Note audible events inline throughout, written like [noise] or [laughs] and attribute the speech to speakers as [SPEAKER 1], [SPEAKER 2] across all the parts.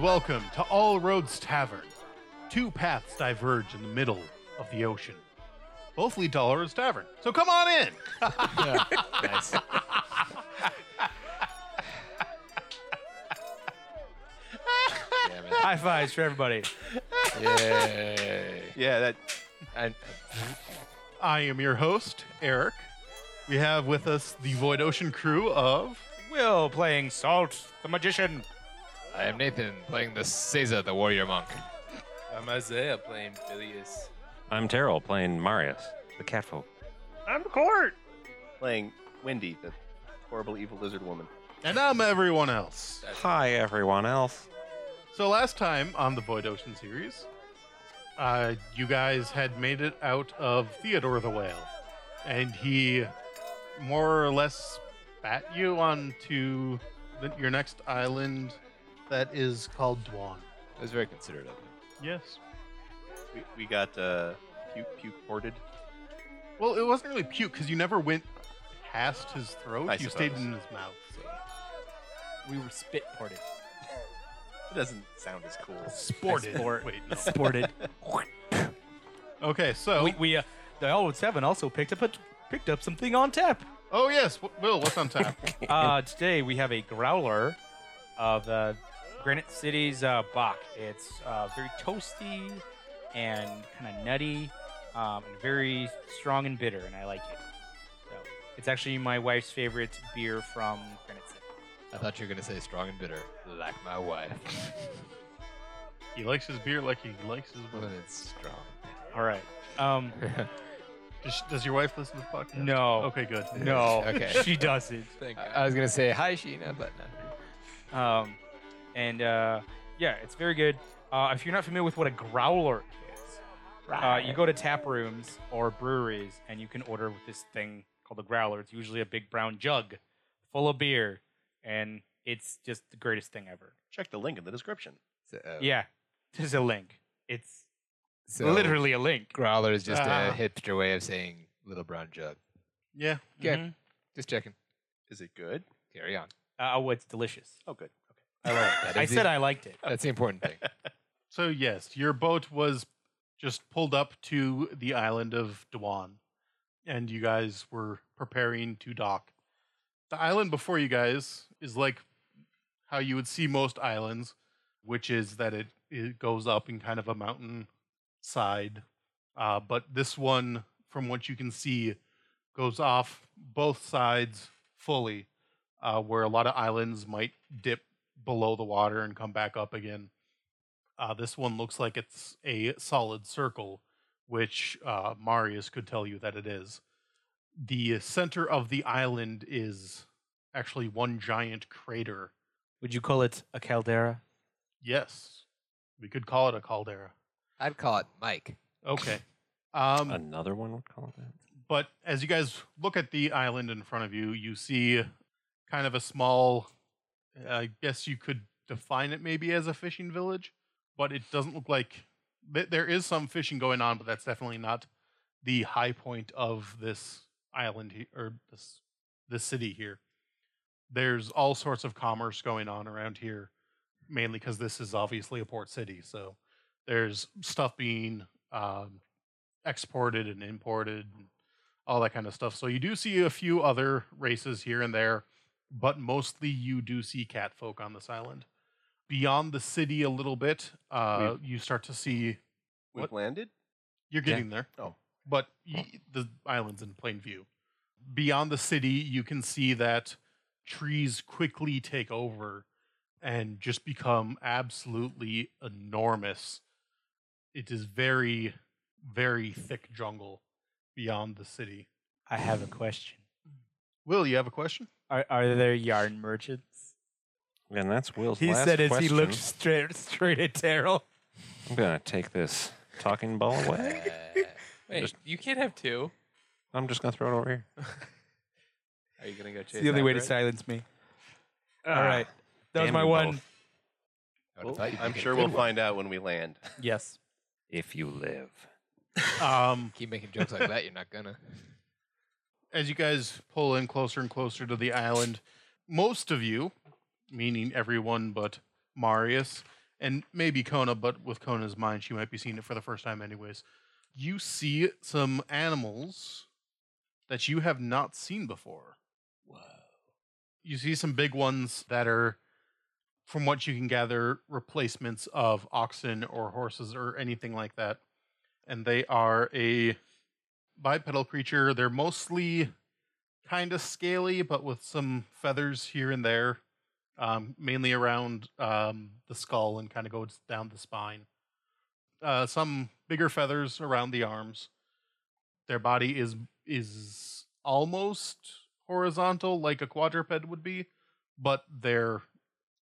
[SPEAKER 1] welcome to All Roads Tavern. Two paths diverge in the middle of the ocean. Both lead to All Roads Tavern. So come on in.
[SPEAKER 2] Nice.
[SPEAKER 3] High fives for everybody.
[SPEAKER 2] Yay.
[SPEAKER 3] Yeah, that.
[SPEAKER 2] I,
[SPEAKER 1] I am your host, Eric. We have with us the Void Ocean crew of.
[SPEAKER 3] Will playing Salt, the magician.
[SPEAKER 2] I am Nathan playing the Caesar, the warrior monk.
[SPEAKER 4] I'm Isaiah playing Phileas.
[SPEAKER 5] I'm Terrell playing Marius, the catfolk.
[SPEAKER 6] playing Wendy, the horrible evil lizard woman.
[SPEAKER 1] And I'm everyone else.
[SPEAKER 5] Hi, everyone else.
[SPEAKER 1] So last time on the Void Ocean series, uh, you guys had made it out of Theodore the Whale, and he more or less spat you onto the, your next island that is called Dwan.
[SPEAKER 2] It was very considerate of him.
[SPEAKER 1] Yes.
[SPEAKER 6] We, we got uh, puke puke ported.
[SPEAKER 1] Well, it wasn't really puke because you never went past his throat.
[SPEAKER 6] I
[SPEAKER 1] you stayed
[SPEAKER 6] suppose.
[SPEAKER 1] in his mouth. So.
[SPEAKER 4] We were spit ported.
[SPEAKER 6] It doesn't sound as cool.
[SPEAKER 1] Sported. Wait, no.
[SPEAKER 3] Sported.
[SPEAKER 1] Okay, so
[SPEAKER 3] [laughs] we, we uh, the Elwood Seven also picked up a, picked up something on tap. [laughs]
[SPEAKER 1] oh yes, W- Will, what's on tap?
[SPEAKER 3] Uh, today we have a growler of uh, Granite City's uh, Bach. It's uh, very toasty and kind of nutty, um, and very strong and bitter, and I like it. So it's actually my wife's favorite beer from Granite City.
[SPEAKER 2] I thought you were going to say strong and bitter, like my [laughs] wife.
[SPEAKER 1] he likes his beer like he likes his
[SPEAKER 2] When
[SPEAKER 1] women.
[SPEAKER 2] it's strong.
[SPEAKER 3] All right. Um,
[SPEAKER 1] Does, does your wife listen to the podcast?
[SPEAKER 3] No.
[SPEAKER 1] Okay, good.
[SPEAKER 3] [laughs] no,
[SPEAKER 2] Okay.
[SPEAKER 3] she doesn't.
[SPEAKER 4] Thank
[SPEAKER 2] I,
[SPEAKER 4] you.
[SPEAKER 2] I was going to say hi, Sheena, but no.
[SPEAKER 3] Um, and uh, yeah, it's very good. Uh, if you're not familiar with what a growler is, uh, you go to tap rooms or breweries and you can order with this thing called a growler. It's usually a big brown jug full of beer, and it's just the greatest thing ever.
[SPEAKER 6] Check the link in the description.
[SPEAKER 2] So, uh,
[SPEAKER 3] Yeah, [laughs] there's a link. It's
[SPEAKER 2] so
[SPEAKER 3] literally a link.
[SPEAKER 2] Growler is just
[SPEAKER 1] Ah.
[SPEAKER 2] a hipster way of saying little brown jug.
[SPEAKER 1] Yeah.
[SPEAKER 2] Good.
[SPEAKER 3] Mhm.
[SPEAKER 2] Just checking.
[SPEAKER 6] Is it good?
[SPEAKER 2] Carry on.
[SPEAKER 3] Uh, oh, it's delicious.
[SPEAKER 6] Oh, good. Okay.
[SPEAKER 3] I like
[SPEAKER 2] That
[SPEAKER 3] it. I
[SPEAKER 2] is
[SPEAKER 3] said
[SPEAKER 2] the-
[SPEAKER 3] I liked it.
[SPEAKER 2] That's the important thing.
[SPEAKER 1] So yes, your boat was just pulled up to the island of Dwan, and you guys were preparing to dock. The island before you guys is like how you would see most islands, which is that it, it goes up in kind of a mountain side. Uh, but this one, from what you can see, goes off both sides fully, uh, where a lot of islands might dip below the water and come back up again. Uh, this one looks like it's a solid circle, which uh, Marius could tell you that it is. The center of the island is actually one giant crater.
[SPEAKER 3] Would you call it a caldera?
[SPEAKER 1] Yes, we could call it a caldera.
[SPEAKER 2] I'd call it Mike.
[SPEAKER 1] Okay. Um,
[SPEAKER 5] Another one would call it that.
[SPEAKER 1] but as you guys look at the island in front of you, you see kind of a small, I guess you could define it maybe as a fishing village, but it doesn't look like th- there is some fishing going on, but that's definitely not the high point of this island he- or this this city here. There's all sorts of commerce going on around here, mainly because this is obviously a port city. So there's stuff being um, exported and imported, all that kind of stuff. So you do see a few other races here and there, but mostly you do see catfolk on this island. Beyond the city a little bit, uh, you start to see
[SPEAKER 6] We've
[SPEAKER 1] What?
[SPEAKER 6] [laughs] landed.
[SPEAKER 1] you're getting there.
[SPEAKER 6] Oh.
[SPEAKER 1] But y- the island's in plain view. Beyond the city, you can see that trees quickly take over and just become absolutely enormous. It is very, very thick jungle beyond the city.
[SPEAKER 3] I have a question.
[SPEAKER 1] Will, you have a question?
[SPEAKER 3] Are, are there yarn merchants?
[SPEAKER 5] And that's Will's
[SPEAKER 3] He
[SPEAKER 5] last
[SPEAKER 3] said as
[SPEAKER 5] question.
[SPEAKER 3] he looked straight straight at Terrell.
[SPEAKER 5] I'm going to take this talking ball
[SPEAKER 2] Uh,
[SPEAKER 5] [laughs] away.
[SPEAKER 4] Wait, you can't have two.
[SPEAKER 5] I'm just going to throw it over here.
[SPEAKER 4] Are you gonna go chase?
[SPEAKER 3] It's the only way to
[SPEAKER 4] after it?
[SPEAKER 3] silence me. All right. That was
[SPEAKER 5] Ah, damn
[SPEAKER 3] my
[SPEAKER 5] you
[SPEAKER 3] one.
[SPEAKER 5] both.
[SPEAKER 2] I
[SPEAKER 6] Well,
[SPEAKER 2] would've thought you'd
[SPEAKER 6] I'm
[SPEAKER 2] make it
[SPEAKER 6] sure
[SPEAKER 2] a
[SPEAKER 6] we'll
[SPEAKER 2] good one.
[SPEAKER 6] find out when we land.
[SPEAKER 3] Yes.
[SPEAKER 5] If you live.
[SPEAKER 1] Um,
[SPEAKER 2] Keep making jokes like that, you're not gonna.
[SPEAKER 1] as you guys pull in closer and closer to the island, most of you, meaning everyone but Marius, and maybe Kona, but with Kona's mind, she might be seeing it for the first time, anyways. You see some animals that you have not seen before. Whoa. You see some big ones that are, from what you can gather, replacements of oxen or horses or anything like that. And they are a bipedal creature. They're mostly kind of scaly, but with some feathers here and there, um, mainly around um, the skull and kind of goes down the spine. Uh, some bigger feathers around the arms. Their body is is almost horizontal, like a quadruped would be, but they're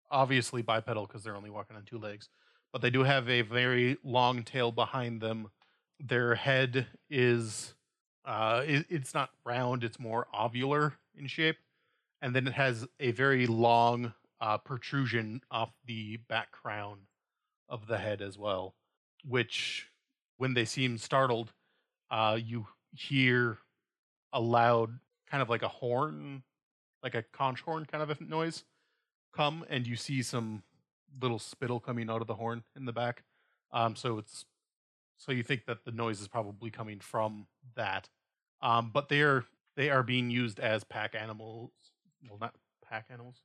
[SPEAKER 1] obviously bipedal because they're only walking on two legs. But they do have a very long tail behind them. Their head is uh, it, it's not round; it's more ovular in shape, and then it has a very long uh, protrusion off the back crown of the head as well. Which, when they seem startled, uh, you hear a loud, kind of like a horn, like a conch horn kind of a noise, come, and you see some little spittle coming out of the horn in the back. Um, so it's so you think that the noise is probably coming from that. Um, but they are they are being used as pack animals. Well, not pack animals.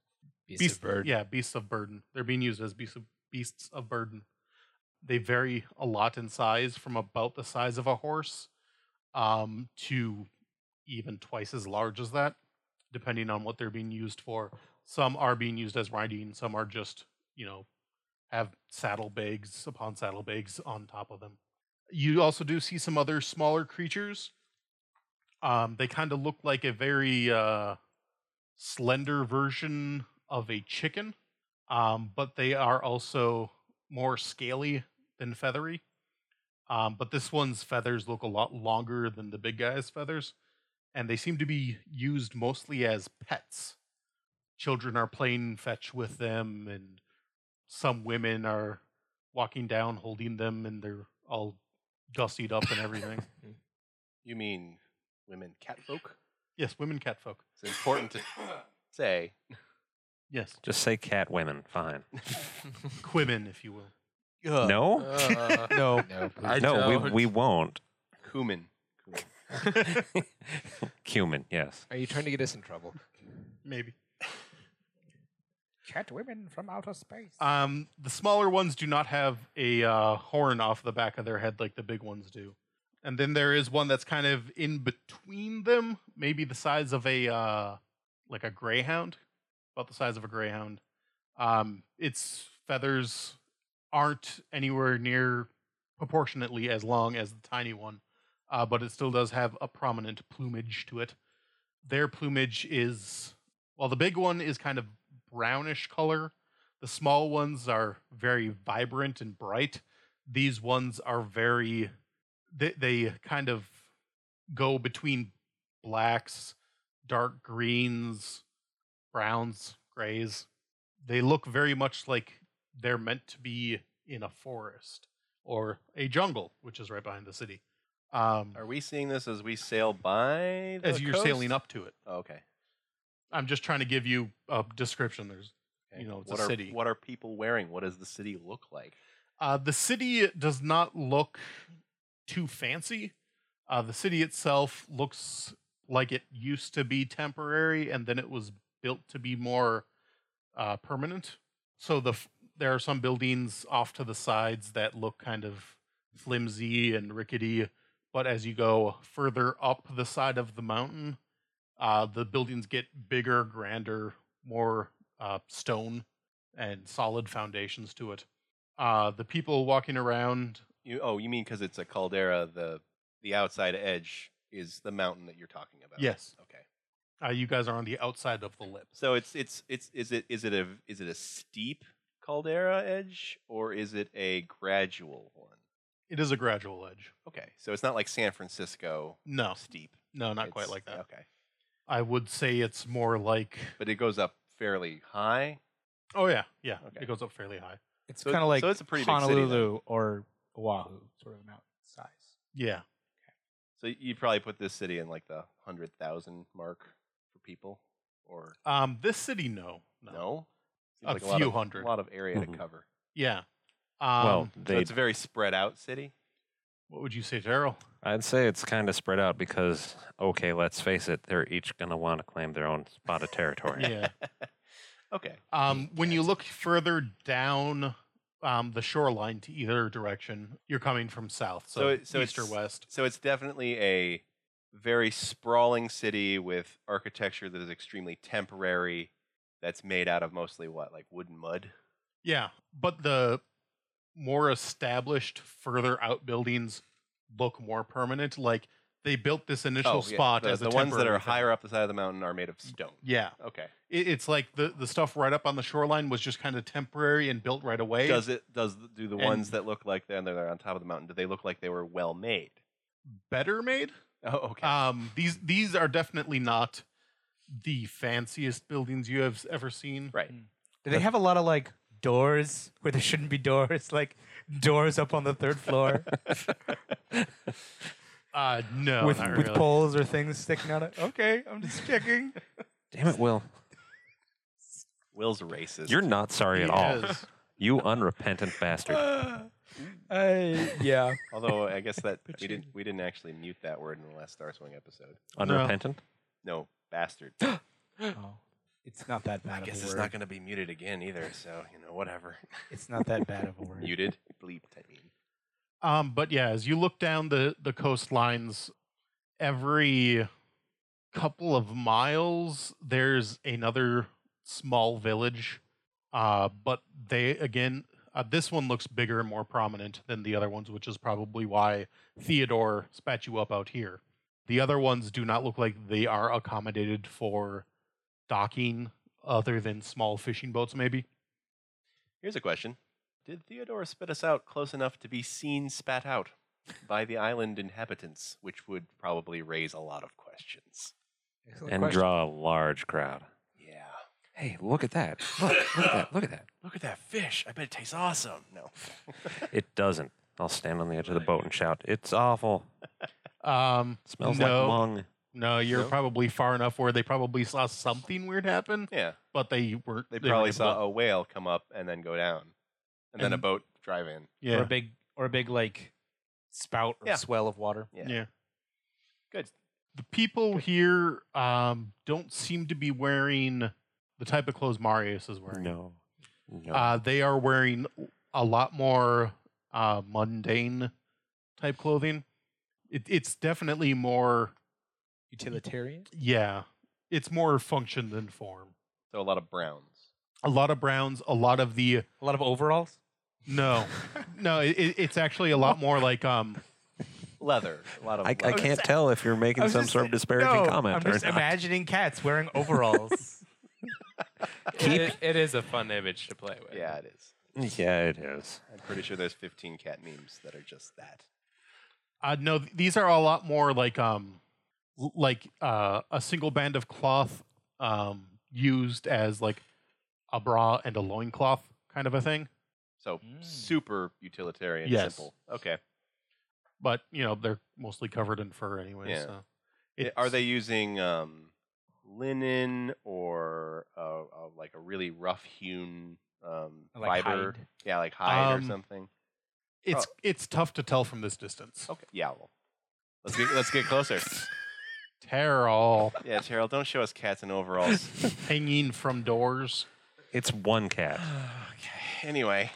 [SPEAKER 2] Beast,
[SPEAKER 1] Beasts
[SPEAKER 2] of bird.
[SPEAKER 1] Yeah, beasts of burden. They're being used as beasts of, beasts of burden. They vary a lot in size, from about the size of a horse um, to even twice as large as that, depending on what they're being used for. Some are being used as riding. Some are just you know have saddlebags upon saddlebags on top of them. You also do see some other smaller creatures. Um, they kind of look like a very uh, slender version of a chicken, um, but they are also more scaly than feathery. Um, but this one's feathers look a lot longer than the big guy's feathers, and they seem to be used mostly as pets. Children are playing fetch with them, and some women are walking down holding them, and they're all gussied up and [laughs] everything.
[SPEAKER 6] You mean women catfolk?
[SPEAKER 1] yes, women catfolk.
[SPEAKER 6] It's important to say.
[SPEAKER 1] Yes,
[SPEAKER 5] Just say cat women. Fine.
[SPEAKER 1] quimmen, if you will.
[SPEAKER 5] No?
[SPEAKER 1] [laughs]
[SPEAKER 4] Uh,
[SPEAKER 3] No.
[SPEAKER 2] No, please.
[SPEAKER 4] I
[SPEAKER 5] no, we,
[SPEAKER 4] don't.
[SPEAKER 5] we won't.
[SPEAKER 6] Cumin. Cumin.
[SPEAKER 1] [laughs]
[SPEAKER 5] Cumin, yes.
[SPEAKER 2] Are you trying to get us in trouble?
[SPEAKER 1] Maybe.
[SPEAKER 3] Cat women from outer space.
[SPEAKER 2] Uh,
[SPEAKER 1] Um, the smaller ones do not have a uh, horn off the back of their head like the big ones do. And then there is one that's kind of in between them, maybe the size of a uh, like a greyhound, about the size of a greyhound. Um, its feathers aren't anywhere near proportionately as long as the tiny one, uh, but it still does have a prominent plumage to it. Their plumage is well, the big one is kind of brownish color. The small ones are very vibrant and bright. These ones are very they they kind of go between blacks, dark greens, browns, grays. They look very much like they're meant to be in a forest or a jungle, which is right behind the city. Um,
[SPEAKER 6] Are we seeing this as we sail by? The
[SPEAKER 1] as you're
[SPEAKER 6] coast?
[SPEAKER 1] sailing up to it,
[SPEAKER 6] Oh, okay.
[SPEAKER 1] I'm just trying to give you a description. There's
[SPEAKER 6] okay.
[SPEAKER 1] You know, it's a
[SPEAKER 6] what are,
[SPEAKER 1] city.
[SPEAKER 6] What are people wearing? What does the city look like?
[SPEAKER 1] Uh, the city does not look too fancy. Uh, the city itself looks like it used to be temporary, and then it was built to be more uh, permanent. So the f- there are some buildings off to the sides that look kind of flimsy and rickety, but as you go further up the side of the mountain, uh, the buildings get bigger, grander, more uh, stone and solid foundations to it uh the people walking around
[SPEAKER 6] You, oh, you mean because it's a caldera? The the outside edge is the mountain that you're talking about.
[SPEAKER 1] Yes.
[SPEAKER 6] Okay.
[SPEAKER 1] uh you guys are on the outside of the lips
[SPEAKER 6] So it's it's it's is it is it a is it a steep caldera edge or is it a gradual one?
[SPEAKER 1] it is a gradual edge
[SPEAKER 6] Okay, so it's not like San Francisco
[SPEAKER 1] no
[SPEAKER 6] steep.
[SPEAKER 1] no not
[SPEAKER 6] It's-
[SPEAKER 1] quite like that
[SPEAKER 6] Okay,
[SPEAKER 1] i would say it's more like
[SPEAKER 6] but it goes up fairly high.
[SPEAKER 1] oh yeah yeah
[SPEAKER 6] Okay.
[SPEAKER 1] it goes up fairly high
[SPEAKER 3] It's
[SPEAKER 6] So-
[SPEAKER 3] kind of like
[SPEAKER 6] so it's a pretty big city then.
[SPEAKER 3] Honolulu or Oahu, sort of mountain size.
[SPEAKER 1] yeah
[SPEAKER 6] So you'd probably put this city in like the hundred thousand mark for people, or
[SPEAKER 1] um this city no
[SPEAKER 6] no?
[SPEAKER 1] no,
[SPEAKER 6] no?
[SPEAKER 1] A
[SPEAKER 6] lot
[SPEAKER 1] few
[SPEAKER 6] of-
[SPEAKER 1] hundred. Mm-hmm.
[SPEAKER 6] A lot of area
[SPEAKER 5] Mhm.
[SPEAKER 6] to cover.
[SPEAKER 1] yeah Um,
[SPEAKER 5] well,
[SPEAKER 6] So
[SPEAKER 5] they.
[SPEAKER 6] it's a very spread out city.
[SPEAKER 1] what would you say, Daryl?
[SPEAKER 5] I'd say it's kind of spread out because, okay, let's face it, they're each gonna want to claim their own spot of
[SPEAKER 3] [laughs]
[SPEAKER 5] territory.
[SPEAKER 6] [laughs]
[SPEAKER 1] Yeah.
[SPEAKER 6] Okay.
[SPEAKER 1] Um, when you look further down um, the shoreline to either direction, you're coming from south, so,
[SPEAKER 6] So it- so
[SPEAKER 1] east or
[SPEAKER 6] it's-
[SPEAKER 1] west.
[SPEAKER 6] So it's definitely a very sprawling city with architecture that is extremely temporary. That's made out of mostly what, like wood and mud.
[SPEAKER 1] Yeah, but the more established, further out buildings look more permanent. Like they built this initial
[SPEAKER 6] Oh, yeah,
[SPEAKER 1] spot
[SPEAKER 6] the,
[SPEAKER 1] as a
[SPEAKER 6] the ones that
[SPEAKER 1] temporary
[SPEAKER 6] are
[SPEAKER 1] thing.
[SPEAKER 6] higher up the side of the mountain are made of stone.
[SPEAKER 1] Yeah,
[SPEAKER 6] Okay.
[SPEAKER 1] it, it's like the the stuff right up on the shoreline was just kind of temporary and built right away.
[SPEAKER 6] Does it does th- do the ones
[SPEAKER 1] And-
[SPEAKER 6] that look like they're, they're on top of the mountain? Do they look like they were well made?
[SPEAKER 1] better made?
[SPEAKER 6] Oh, okay.
[SPEAKER 1] Um, these these are definitely not the fanciest buildings you have ever seen.
[SPEAKER 6] right.
[SPEAKER 3] Do they have a lot of like doors where there shouldn't be doors? Like doors up on the third
[SPEAKER 6] [laughs]
[SPEAKER 3] floor
[SPEAKER 1] Uh, no,
[SPEAKER 3] with,
[SPEAKER 1] not
[SPEAKER 3] with
[SPEAKER 1] really.
[SPEAKER 3] poles or things sticking out. of Okay, I'm just checking.
[SPEAKER 5] Damn it, Will.
[SPEAKER 6] Will's racist.
[SPEAKER 5] You're not sorry at all.
[SPEAKER 1] Yes.
[SPEAKER 5] You unrepentant bastard.
[SPEAKER 3] I, yeah.
[SPEAKER 6] Although I guess
[SPEAKER 1] [laughs]
[SPEAKER 6] that we didn't we didn't actually mute that word in the last Star Swing episode.
[SPEAKER 5] Unrepentant?
[SPEAKER 6] No, bastard.
[SPEAKER 3] Oh, it's not that bad.
[SPEAKER 6] I guess
[SPEAKER 3] of a
[SPEAKER 6] it's
[SPEAKER 3] word.
[SPEAKER 6] not going to be muted again either. So you know, whatever.
[SPEAKER 3] It's not that bad of a
[SPEAKER 6] [laughs]
[SPEAKER 3] word.
[SPEAKER 6] Muted, bleeped. I mean,
[SPEAKER 1] Um, but yeah, as you look down the the coastlines, every couple of miles there's another small village. Uh, but they again, uh, this one looks bigger and more prominent than the other ones, which is probably why Theodore spat you up out here. The other ones do not look like they are accommodated for docking, other than small fishing boats, maybe.
[SPEAKER 6] here's a question: Did Theodore spit us out close enough to be seen spat out by the island inhabitants, which would probably raise a lot of questions?
[SPEAKER 2] Excellent
[SPEAKER 5] and
[SPEAKER 2] question.
[SPEAKER 5] draw a large crowd.
[SPEAKER 6] Yeah.
[SPEAKER 5] Hey, look at that. Look, look at that. Look at that.
[SPEAKER 6] Look at that fish. I bet it tastes awesome. No.
[SPEAKER 5] [laughs] It doesn't. I'll stand on the edge of the boat and shout, It's awful.
[SPEAKER 1] Um,
[SPEAKER 5] Smells
[SPEAKER 1] No.
[SPEAKER 5] like lung.
[SPEAKER 1] No, you're
[SPEAKER 6] No?
[SPEAKER 1] probably far enough where they probably saw something weird happen,
[SPEAKER 6] Yeah.
[SPEAKER 1] but they weren't.
[SPEAKER 6] They
[SPEAKER 1] were
[SPEAKER 6] probably
[SPEAKER 1] able
[SPEAKER 6] saw
[SPEAKER 1] to-
[SPEAKER 6] a whale come up and then go down, and, then a
[SPEAKER 1] And-
[SPEAKER 6] boat drive in.
[SPEAKER 1] yeah,
[SPEAKER 3] Or a big or a big like spout or
[SPEAKER 6] Yeah.
[SPEAKER 3] swell of water.
[SPEAKER 1] yeah.
[SPEAKER 6] Yeah. Good.
[SPEAKER 1] The people here um, don't seem to be wearing the type of clothes Marius is wearing.
[SPEAKER 5] No. No.
[SPEAKER 1] Uh, they are wearing a lot more uh, mundane type clothing. It, it's definitely more,
[SPEAKER 3] Utilitarian.
[SPEAKER 1] yeah, it's more function than form.
[SPEAKER 6] So a lot of browns.
[SPEAKER 1] A lot of browns, a lot of the
[SPEAKER 3] A lot of overalls.
[SPEAKER 1] no, no. It, it- it's actually a lot more like um,
[SPEAKER 6] Leather. A lot of
[SPEAKER 5] I, I
[SPEAKER 6] leather.
[SPEAKER 5] can't tell if you're making
[SPEAKER 3] I'm
[SPEAKER 5] some
[SPEAKER 3] just-
[SPEAKER 5] sort of disparaging comment
[SPEAKER 3] I'm
[SPEAKER 5] or
[SPEAKER 3] just
[SPEAKER 5] not.
[SPEAKER 3] imagining cats wearing [laughs] overalls.
[SPEAKER 4] It- it is a fun image to play with.
[SPEAKER 6] Yeah, it is.
[SPEAKER 5] [laughs] Yeah, it is.
[SPEAKER 6] I'm pretty sure there's 15 cat memes that are just that.
[SPEAKER 1] Uh, no, th- these are a lot more like um, l- like uh, a single band of cloth um, used as like a bra and a loincloth kind of a thing.
[SPEAKER 6] So
[SPEAKER 3] Mm.
[SPEAKER 6] super utilitarian,
[SPEAKER 1] Yes.
[SPEAKER 6] simple. Okay.
[SPEAKER 1] But you know they're mostly covered in fur anyway.
[SPEAKER 6] Yeah.
[SPEAKER 1] So
[SPEAKER 6] I- Eh, Are
[SPEAKER 1] it's-
[SPEAKER 6] they using um, linen or uh, uh, like a really rough hewn um,
[SPEAKER 3] Like
[SPEAKER 6] fiber?
[SPEAKER 3] hide.
[SPEAKER 6] Yeah, like hide or
[SPEAKER 1] Um,
[SPEAKER 6] something. uh
[SPEAKER 1] It's it's tough to tell from this distance.
[SPEAKER 6] Okay. Yeah. Well, let's get let's get closer.
[SPEAKER 1] Terrell
[SPEAKER 6] yeah, Terrell, don't show us cats in overalls.
[SPEAKER 1] [laughs] hanging from doors.
[SPEAKER 5] It's one [gasps] cat.
[SPEAKER 6] okay. Anyway.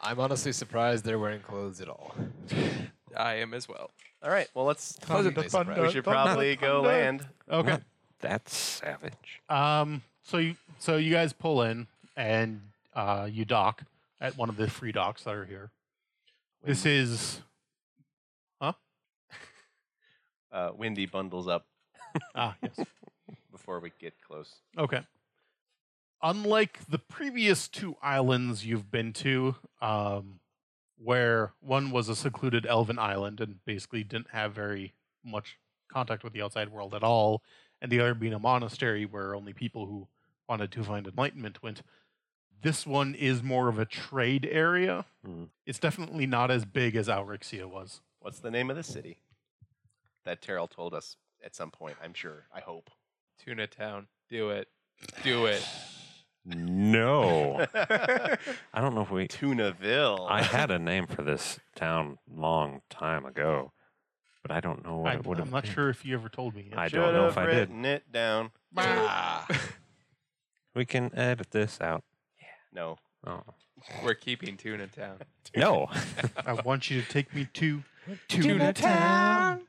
[SPEAKER 2] I'm honestly surprised they're wearing clothes at all.
[SPEAKER 4] [laughs] I am as well.
[SPEAKER 6] All right. Well, let's.
[SPEAKER 2] Pleasantly
[SPEAKER 3] Thunder,
[SPEAKER 2] surprised.
[SPEAKER 6] We
[SPEAKER 3] thunder.
[SPEAKER 6] should probably go land.
[SPEAKER 1] Okay.
[SPEAKER 5] Not that savage.
[SPEAKER 1] Um. So you so you guys pull in and uh, you dock at one of the free docks that are here. This is
[SPEAKER 6] Uh, Windy bundles up
[SPEAKER 1] ah yes.
[SPEAKER 6] before we get close.
[SPEAKER 1] Okay. Unlike the previous two islands you've been to, um, where one was a secluded elven island and basically didn't have very much contact with the outside world at all, and the other being a monastery where only people who wanted to find enlightenment went, this one is more of a trade area.
[SPEAKER 5] Mm.
[SPEAKER 1] It's definitely not as big as Aurixia was.
[SPEAKER 6] What's the name of the city? That Terrell told us at some point, I'm sure. I hope.
[SPEAKER 4] Tuna Town. Do it. Do it.
[SPEAKER 5] [laughs] No. I don't know if we.
[SPEAKER 6] [laughs] Tunaville.
[SPEAKER 5] I had a name for this town long time ago, but I don't know what
[SPEAKER 1] I,
[SPEAKER 5] it would have
[SPEAKER 1] am not
[SPEAKER 5] been.
[SPEAKER 1] sure if you ever told me. Yet.
[SPEAKER 5] I
[SPEAKER 6] Should
[SPEAKER 5] don't know
[SPEAKER 6] have
[SPEAKER 5] if I did.
[SPEAKER 6] written it down.
[SPEAKER 2] [laughs]
[SPEAKER 5] We can edit this out.
[SPEAKER 6] No.
[SPEAKER 5] Oh.
[SPEAKER 4] We're keeping Tuna Town.
[SPEAKER 5] No.
[SPEAKER 1] I want you to take me to
[SPEAKER 4] Tuna Town.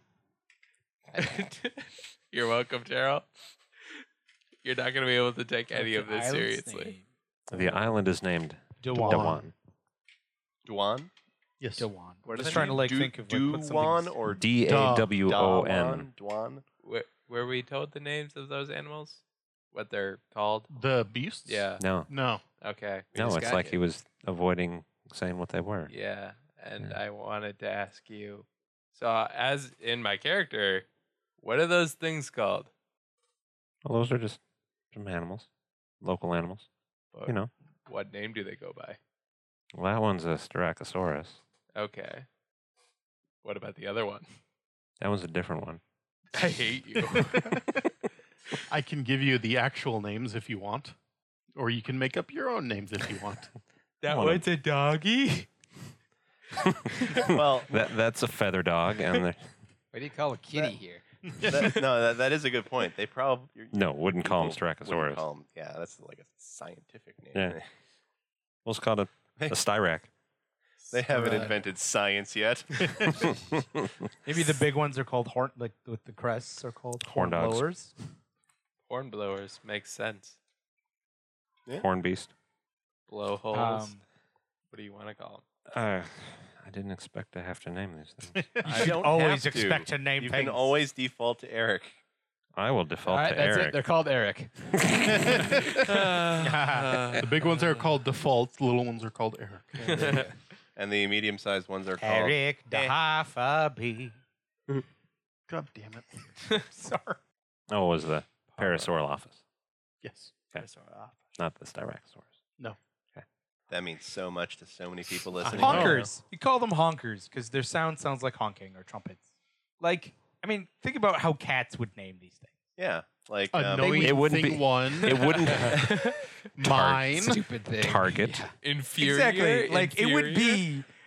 [SPEAKER 4] You're welcome, Terrell. You're not going to be able to take any of this seriously.
[SPEAKER 5] [laughs] the island is named
[SPEAKER 1] Dewan.
[SPEAKER 5] Dewan.
[SPEAKER 6] Duan?
[SPEAKER 1] Yes.
[SPEAKER 3] Dewan.
[SPEAKER 4] What are
[SPEAKER 3] Just
[SPEAKER 4] the
[SPEAKER 3] trying to
[SPEAKER 4] names?
[SPEAKER 3] like
[SPEAKER 6] Du-
[SPEAKER 3] think of like, what
[SPEAKER 6] Duwan
[SPEAKER 3] something's-
[SPEAKER 6] or
[SPEAKER 5] D A W O N.
[SPEAKER 6] Dawan? Duan?
[SPEAKER 4] Were, were we told the names of those animals? What they're called?
[SPEAKER 1] The beasts?
[SPEAKER 4] Yeah.
[SPEAKER 5] No.
[SPEAKER 1] No.
[SPEAKER 4] Okay. we
[SPEAKER 5] No,
[SPEAKER 4] just
[SPEAKER 5] it's
[SPEAKER 4] got
[SPEAKER 5] like
[SPEAKER 4] you.
[SPEAKER 5] he was avoiding saying what they were.
[SPEAKER 4] Yeah, and
[SPEAKER 5] Yeah.
[SPEAKER 4] I wanted to ask you. So, uh, as in my character, what are those things called?
[SPEAKER 5] Well, those are just some animals, local animals.
[SPEAKER 4] Or
[SPEAKER 5] You know,
[SPEAKER 4] What name do they go by?
[SPEAKER 5] well, that one's a Styracosaurus.
[SPEAKER 4] Okay. What about the other one? [laughs]
[SPEAKER 5] That one's a different one.
[SPEAKER 4] I hate
[SPEAKER 3] [laughs]
[SPEAKER 4] you. [laughs]
[SPEAKER 1] I can give you the actual names if you want, or you can make up your own names if you want.
[SPEAKER 4] that
[SPEAKER 5] Wanna-
[SPEAKER 4] one's a doggy.
[SPEAKER 5] [laughs]
[SPEAKER 6] Well,
[SPEAKER 5] that that's a feather dog, and they're-
[SPEAKER 2] What do you call a kitty here?
[SPEAKER 6] that, no, that, that is a good point. They probably.
[SPEAKER 5] no, wouldn't call him Styracosaurus.
[SPEAKER 6] yeah, that's like a scientific name.
[SPEAKER 5] Yeah. We'll just call it a, a Styrac.
[SPEAKER 6] [laughs] They haven't
[SPEAKER 3] Right.
[SPEAKER 6] invented science
[SPEAKER 3] [laughs]
[SPEAKER 6] yet. [laughs]
[SPEAKER 3] Maybe the big ones are called horn, like with the crests are called
[SPEAKER 5] Horn dogs.
[SPEAKER 3] blowers.
[SPEAKER 4] Horn blowers makes sense.
[SPEAKER 5] Horn beast.
[SPEAKER 4] Blowholes.
[SPEAKER 3] Um,
[SPEAKER 4] what do you want to call
[SPEAKER 5] Uh, I didn't expect to have to name these things.
[SPEAKER 4] them?
[SPEAKER 6] You don't
[SPEAKER 3] always
[SPEAKER 6] have to.
[SPEAKER 3] expect to name
[SPEAKER 6] You
[SPEAKER 3] things.
[SPEAKER 6] can always default to Eric.
[SPEAKER 5] I will default
[SPEAKER 2] that's
[SPEAKER 5] to
[SPEAKER 2] it.
[SPEAKER 5] Eric.
[SPEAKER 7] [laughs]
[SPEAKER 5] [laughs] Uh,
[SPEAKER 2] They're called Eric.
[SPEAKER 1] the big ones are called default, the little ones are called Eric.
[SPEAKER 6] [laughs] And the medium sized ones are called.
[SPEAKER 3] Eric the
[SPEAKER 6] Eh.
[SPEAKER 3] Hoffaby.
[SPEAKER 1] God damn it.
[SPEAKER 3] [laughs] Sorry.
[SPEAKER 5] Oh, it was the Parasaurolophus,
[SPEAKER 1] Yes.
[SPEAKER 5] not the Styracosaurus.
[SPEAKER 6] That means so much to so many people listening.
[SPEAKER 1] Oh,
[SPEAKER 3] Honkers. You call them honkers because their sound sounds like honking or trumpets. Like, I mean, think about how cats would name these things.
[SPEAKER 6] Yeah. Like, um,
[SPEAKER 1] Annoying
[SPEAKER 5] It wouldn't
[SPEAKER 1] Uh, thing
[SPEAKER 5] be-
[SPEAKER 1] one.
[SPEAKER 5] [laughs]
[SPEAKER 3] [laughs]
[SPEAKER 5] It wouldn't
[SPEAKER 1] [laughs] mine.
[SPEAKER 2] Stupid thing.
[SPEAKER 5] target.
[SPEAKER 4] Inferior.
[SPEAKER 3] exactly. Like, it would
[SPEAKER 4] inferior?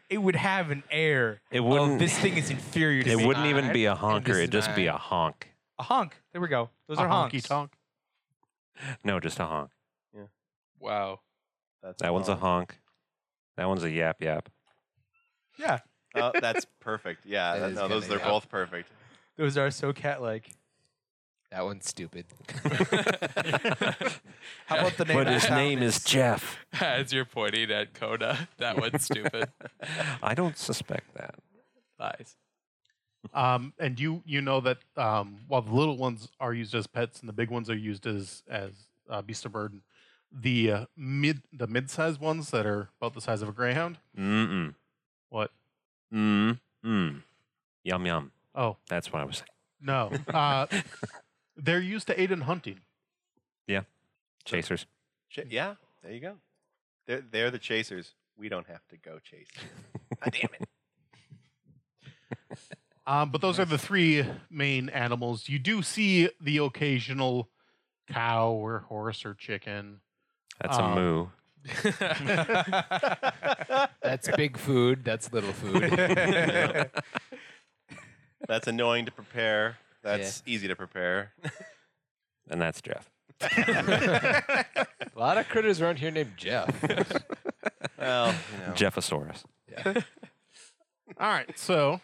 [SPEAKER 3] be, it would have an air.
[SPEAKER 7] Oh,
[SPEAKER 5] It
[SPEAKER 3] of
[SPEAKER 5] wouldn't.
[SPEAKER 3] this thing is inferior to
[SPEAKER 5] it
[SPEAKER 3] me.
[SPEAKER 5] wouldn't even be a honker.
[SPEAKER 2] this
[SPEAKER 5] It'd
[SPEAKER 2] is
[SPEAKER 5] just be a honk.
[SPEAKER 3] A honk. There we go. Those
[SPEAKER 1] A
[SPEAKER 3] are honks.
[SPEAKER 1] honky tonk.
[SPEAKER 5] No, just a honk.
[SPEAKER 4] Wow.
[SPEAKER 3] [laughs]
[SPEAKER 4] [laughs]
[SPEAKER 6] that's
[SPEAKER 5] That one's
[SPEAKER 7] Oh.
[SPEAKER 5] a honk. That one's a
[SPEAKER 7] [laughs]
[SPEAKER 5] yap yap.
[SPEAKER 3] Yeah.
[SPEAKER 6] Oh, that's perfect. Yeah.
[SPEAKER 2] That
[SPEAKER 6] that-
[SPEAKER 2] is
[SPEAKER 6] no, those
[SPEAKER 2] kinda
[SPEAKER 6] are
[SPEAKER 2] yeah.
[SPEAKER 6] both perfect.
[SPEAKER 3] Those are so cat like.
[SPEAKER 2] [laughs] That one's stupid.
[SPEAKER 3] How about the name
[SPEAKER 5] But
[SPEAKER 3] of
[SPEAKER 5] his
[SPEAKER 3] the town
[SPEAKER 5] name is Jeff.
[SPEAKER 4] As you're pointing at Coda, that one's stupid.
[SPEAKER 3] [laughs]
[SPEAKER 5] I don't suspect that.
[SPEAKER 4] Lies.
[SPEAKER 1] Um, and you you know that um, while the little ones are used as pets and the big ones are used as as uh, beast of burden, the uh, mid the mid sized ones that are about the size of a greyhound.
[SPEAKER 5] Mm
[SPEAKER 1] What?
[SPEAKER 5] mm mm mm. Yum yum.
[SPEAKER 1] Oh
[SPEAKER 5] That's what I was saying.
[SPEAKER 1] no, uh, [laughs] they're used to aid in hunting.
[SPEAKER 5] Chasers.
[SPEAKER 3] Hmm.
[SPEAKER 6] Ch- yeah. There you go. They're, they're the chasers. We don't have to go chase.
[SPEAKER 3] [laughs]
[SPEAKER 6] God damn it.
[SPEAKER 1] Um, but those are the three main animals. You do see the occasional cow or horse or chicken.
[SPEAKER 5] That's
[SPEAKER 1] Um,
[SPEAKER 7] Oh.
[SPEAKER 5] a
[SPEAKER 7] [laughs]
[SPEAKER 5] moo.
[SPEAKER 2] That's big food. That's little food.
[SPEAKER 6] [laughs]
[SPEAKER 5] [laughs]
[SPEAKER 6] That's annoying to prepare. That's easy to
[SPEAKER 3] [laughs]
[SPEAKER 6] prepare.
[SPEAKER 5] And that's Jeff.
[SPEAKER 2] a lot of critters around here named
[SPEAKER 5] [laughs]
[SPEAKER 2] Jeff.
[SPEAKER 6] Well, you
[SPEAKER 7] Oh.
[SPEAKER 6] know.
[SPEAKER 5] Jeffosaurus.
[SPEAKER 1] All right, so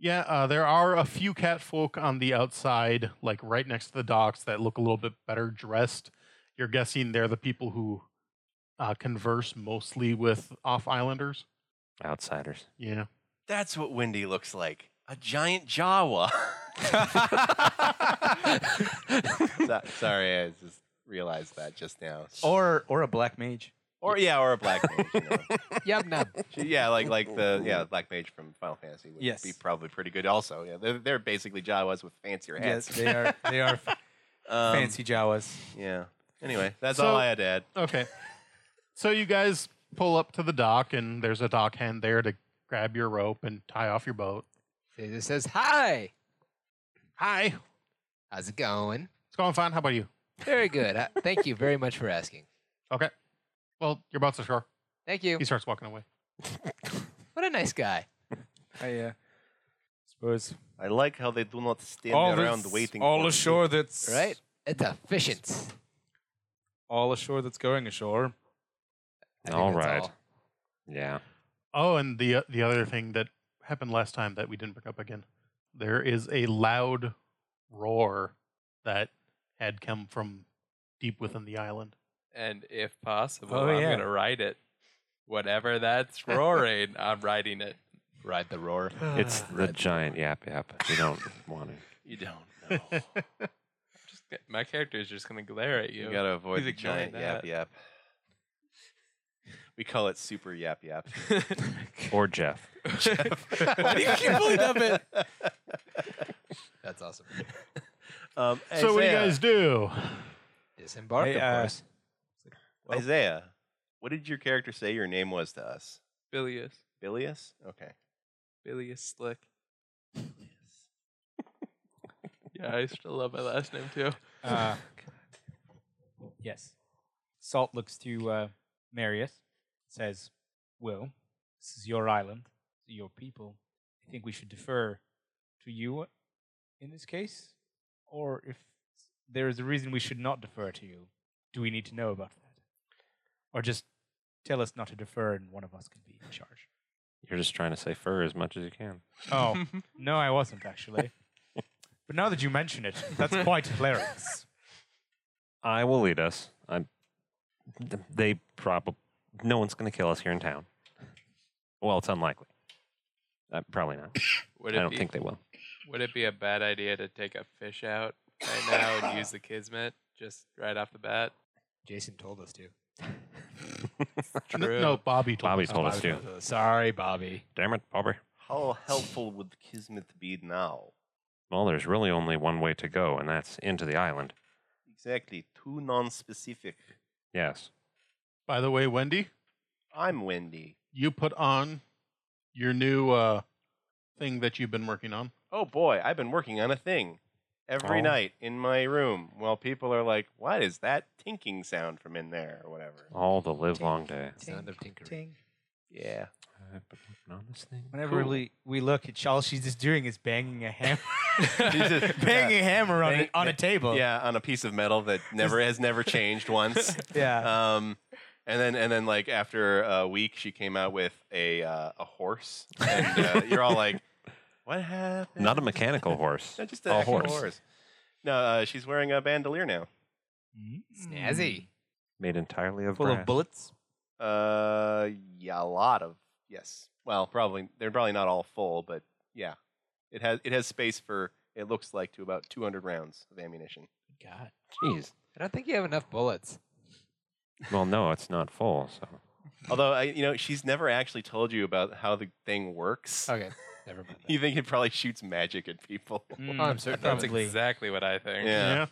[SPEAKER 1] yeah, uh, there are a few cat folk on the outside, like right next to the docks, that look a little bit better dressed. You're guessing they're the people who uh, converse mostly with off islanders.
[SPEAKER 5] Outsiders.
[SPEAKER 1] Yeah,
[SPEAKER 6] That's what Wendy looks like. A giant Jawa. [laughs] So- sorry, I just realized that just now.
[SPEAKER 3] or or a black mage.
[SPEAKER 6] Or yeah, or a black mage. You know.
[SPEAKER 2] Yum nub.
[SPEAKER 6] She- yeah, like like the
[SPEAKER 3] [laughs]
[SPEAKER 6] yeah black mage from Final Fantasy would
[SPEAKER 3] Yes.
[SPEAKER 6] be probably pretty good. Also, yeah, they're, they're basically Jawas with fancier
[SPEAKER 3] Yes,
[SPEAKER 6] hats.
[SPEAKER 3] they are they are
[SPEAKER 6] Um,
[SPEAKER 3] fancy Jawas.
[SPEAKER 6] Yeah. Anyway, that's
[SPEAKER 1] So-
[SPEAKER 6] all I had to add.
[SPEAKER 1] [laughs] okay. so you guys pull up to the dock, and there's a dock hand there to grab your rope and tie off your boat.
[SPEAKER 2] It just says, Hi,
[SPEAKER 1] Hi,
[SPEAKER 2] how's it going?
[SPEAKER 1] it's going fine. How about you?
[SPEAKER 2] Very good. Uh, Thank you very much for asking.
[SPEAKER 1] Okay. Well, your boat's ashore.
[SPEAKER 7] Thank you.
[SPEAKER 1] He starts walking away.
[SPEAKER 7] What a nice guy.
[SPEAKER 3] I uh, suppose
[SPEAKER 6] I like how they do not stand
[SPEAKER 3] all
[SPEAKER 6] around
[SPEAKER 3] that's-
[SPEAKER 6] waiting.
[SPEAKER 3] all
[SPEAKER 6] for
[SPEAKER 3] ashore that's
[SPEAKER 7] Right? It's efficient.
[SPEAKER 3] All ashore that's going ashore.
[SPEAKER 7] I think
[SPEAKER 5] All
[SPEAKER 7] that's
[SPEAKER 5] right. Yeah.
[SPEAKER 1] Oh, and the uh, the other thing that happened last time that we didn't bring up again, there is a loud roar that had come from deep within the island.
[SPEAKER 4] And if possible,
[SPEAKER 3] Oh,
[SPEAKER 4] I'm
[SPEAKER 3] yeah.
[SPEAKER 4] gonna ride it. Whatever that's roaring, I'm riding it.
[SPEAKER 2] Ride the roar.
[SPEAKER 7] Ah,
[SPEAKER 5] It's the giant yap yap. You don't want to.
[SPEAKER 3] [laughs]
[SPEAKER 6] You don't know.
[SPEAKER 4] Just get- my character is just gonna glare at you.
[SPEAKER 6] you gotta avoid
[SPEAKER 4] He's
[SPEAKER 6] the
[SPEAKER 4] ignoring
[SPEAKER 6] giant yap
[SPEAKER 4] that.
[SPEAKER 6] yap. We call it super yap yap.
[SPEAKER 5] Or Jeff.
[SPEAKER 4] Why do you keep pulling up it?
[SPEAKER 2] That's awesome.
[SPEAKER 6] [laughs] Um,
[SPEAKER 1] so what do you
[SPEAKER 6] Isaiah-
[SPEAKER 1] guys
[SPEAKER 5] [laughs]
[SPEAKER 1] do?
[SPEAKER 7] Disembark,
[SPEAKER 3] Hey,
[SPEAKER 7] of
[SPEAKER 3] uh,
[SPEAKER 7] course.
[SPEAKER 6] Isaiah, what did your character say your name was to us?
[SPEAKER 4] Bilious,
[SPEAKER 6] Bilius? Okay.
[SPEAKER 4] Bilious Slick. [laughs] yeah, I still love my last name too.
[SPEAKER 3] Uh, yes. Salt looks to uh, Marius, says, Well, this is your island, your people. I think we should defer to you in this case. Or if there is a reason we should not defer to you, do we need to know about that? Or just tell us not to defer and one of us can be in charge.
[SPEAKER 5] You're just trying to say fur as much as you can.
[SPEAKER 3] Oh, no, I wasn't actually. But now that you mention it, that's quite hilarious.
[SPEAKER 5] I will lead us. I'm, they probably. No one's going to kill us here in town. Well, it's unlikely. Uh, probably not.
[SPEAKER 4] Would
[SPEAKER 5] I
[SPEAKER 4] it
[SPEAKER 5] don't
[SPEAKER 4] be,
[SPEAKER 5] think they will.
[SPEAKER 4] Would it be a bad idea to take a fish out right now and
[SPEAKER 6] [laughs]
[SPEAKER 4] use the kismet just right off the bat?
[SPEAKER 2] Jason told us to.
[SPEAKER 1] N- No, Bobby told
[SPEAKER 5] Bobby
[SPEAKER 1] us.
[SPEAKER 5] told us to.
[SPEAKER 2] Sorry, Bobby.
[SPEAKER 5] Damn it, Bobby.
[SPEAKER 6] How helpful would Kismet be now?
[SPEAKER 5] Well, there's really only one way to go, and that's into the island.
[SPEAKER 6] Exactly. Too non-specific.
[SPEAKER 5] Yes.
[SPEAKER 1] By the way, Wendy,
[SPEAKER 6] I'm Wendy.
[SPEAKER 1] you put on your new uh, thing that you've been working on.
[SPEAKER 6] Oh boy, I've been working on a thing every
[SPEAKER 5] Oh.
[SPEAKER 6] night in my room while people are like, "What is that tinking sound from in there?" or whatever.
[SPEAKER 5] All the live long day. Uh,
[SPEAKER 2] Sound of tinkering.
[SPEAKER 6] [laughs] Yeah.
[SPEAKER 5] I've been working on this thing.
[SPEAKER 3] Whenever
[SPEAKER 5] Cool.
[SPEAKER 3] we, we look, it's all she's just doing is banging a hammer,
[SPEAKER 5] [laughs]
[SPEAKER 6] Jesus.
[SPEAKER 3] [laughs] banging a hammer on,
[SPEAKER 6] Bang-
[SPEAKER 3] a, on a table.
[SPEAKER 6] Yeah, on a piece of metal that never has never
[SPEAKER 5] [laughs]
[SPEAKER 6] changed once.
[SPEAKER 3] yeah.
[SPEAKER 6] Um and then and then like after a week she came out with a uh, a horse and uh, you're all like, "What happened?"
[SPEAKER 5] Not a mechanical horse.
[SPEAKER 6] No, just
[SPEAKER 5] a
[SPEAKER 6] a actual
[SPEAKER 5] horse.
[SPEAKER 6] horse. No, uh, she's wearing a bandolier now.
[SPEAKER 7] Snazzy.
[SPEAKER 5] Made entirely of
[SPEAKER 3] Full
[SPEAKER 5] brass.
[SPEAKER 3] of bullets.
[SPEAKER 6] Uh, yeah, a lot of yes. Well, probably they're probably not all full, but yeah, it has it has space for it looks like to about 200 rounds of ammunition.
[SPEAKER 7] God.
[SPEAKER 5] Jeez.
[SPEAKER 7] I don't think you have enough bullets.
[SPEAKER 5] Well, no, it's not full. So
[SPEAKER 6] Although I, you know, she's never actually told you about how the thing works.
[SPEAKER 7] Okay. Never mind.
[SPEAKER 6] [laughs] You think it probably shoots magic at people,
[SPEAKER 3] Mm,
[SPEAKER 7] I'm certain
[SPEAKER 4] That's
[SPEAKER 3] probably.
[SPEAKER 4] exactly what I think.
[SPEAKER 6] Yeah.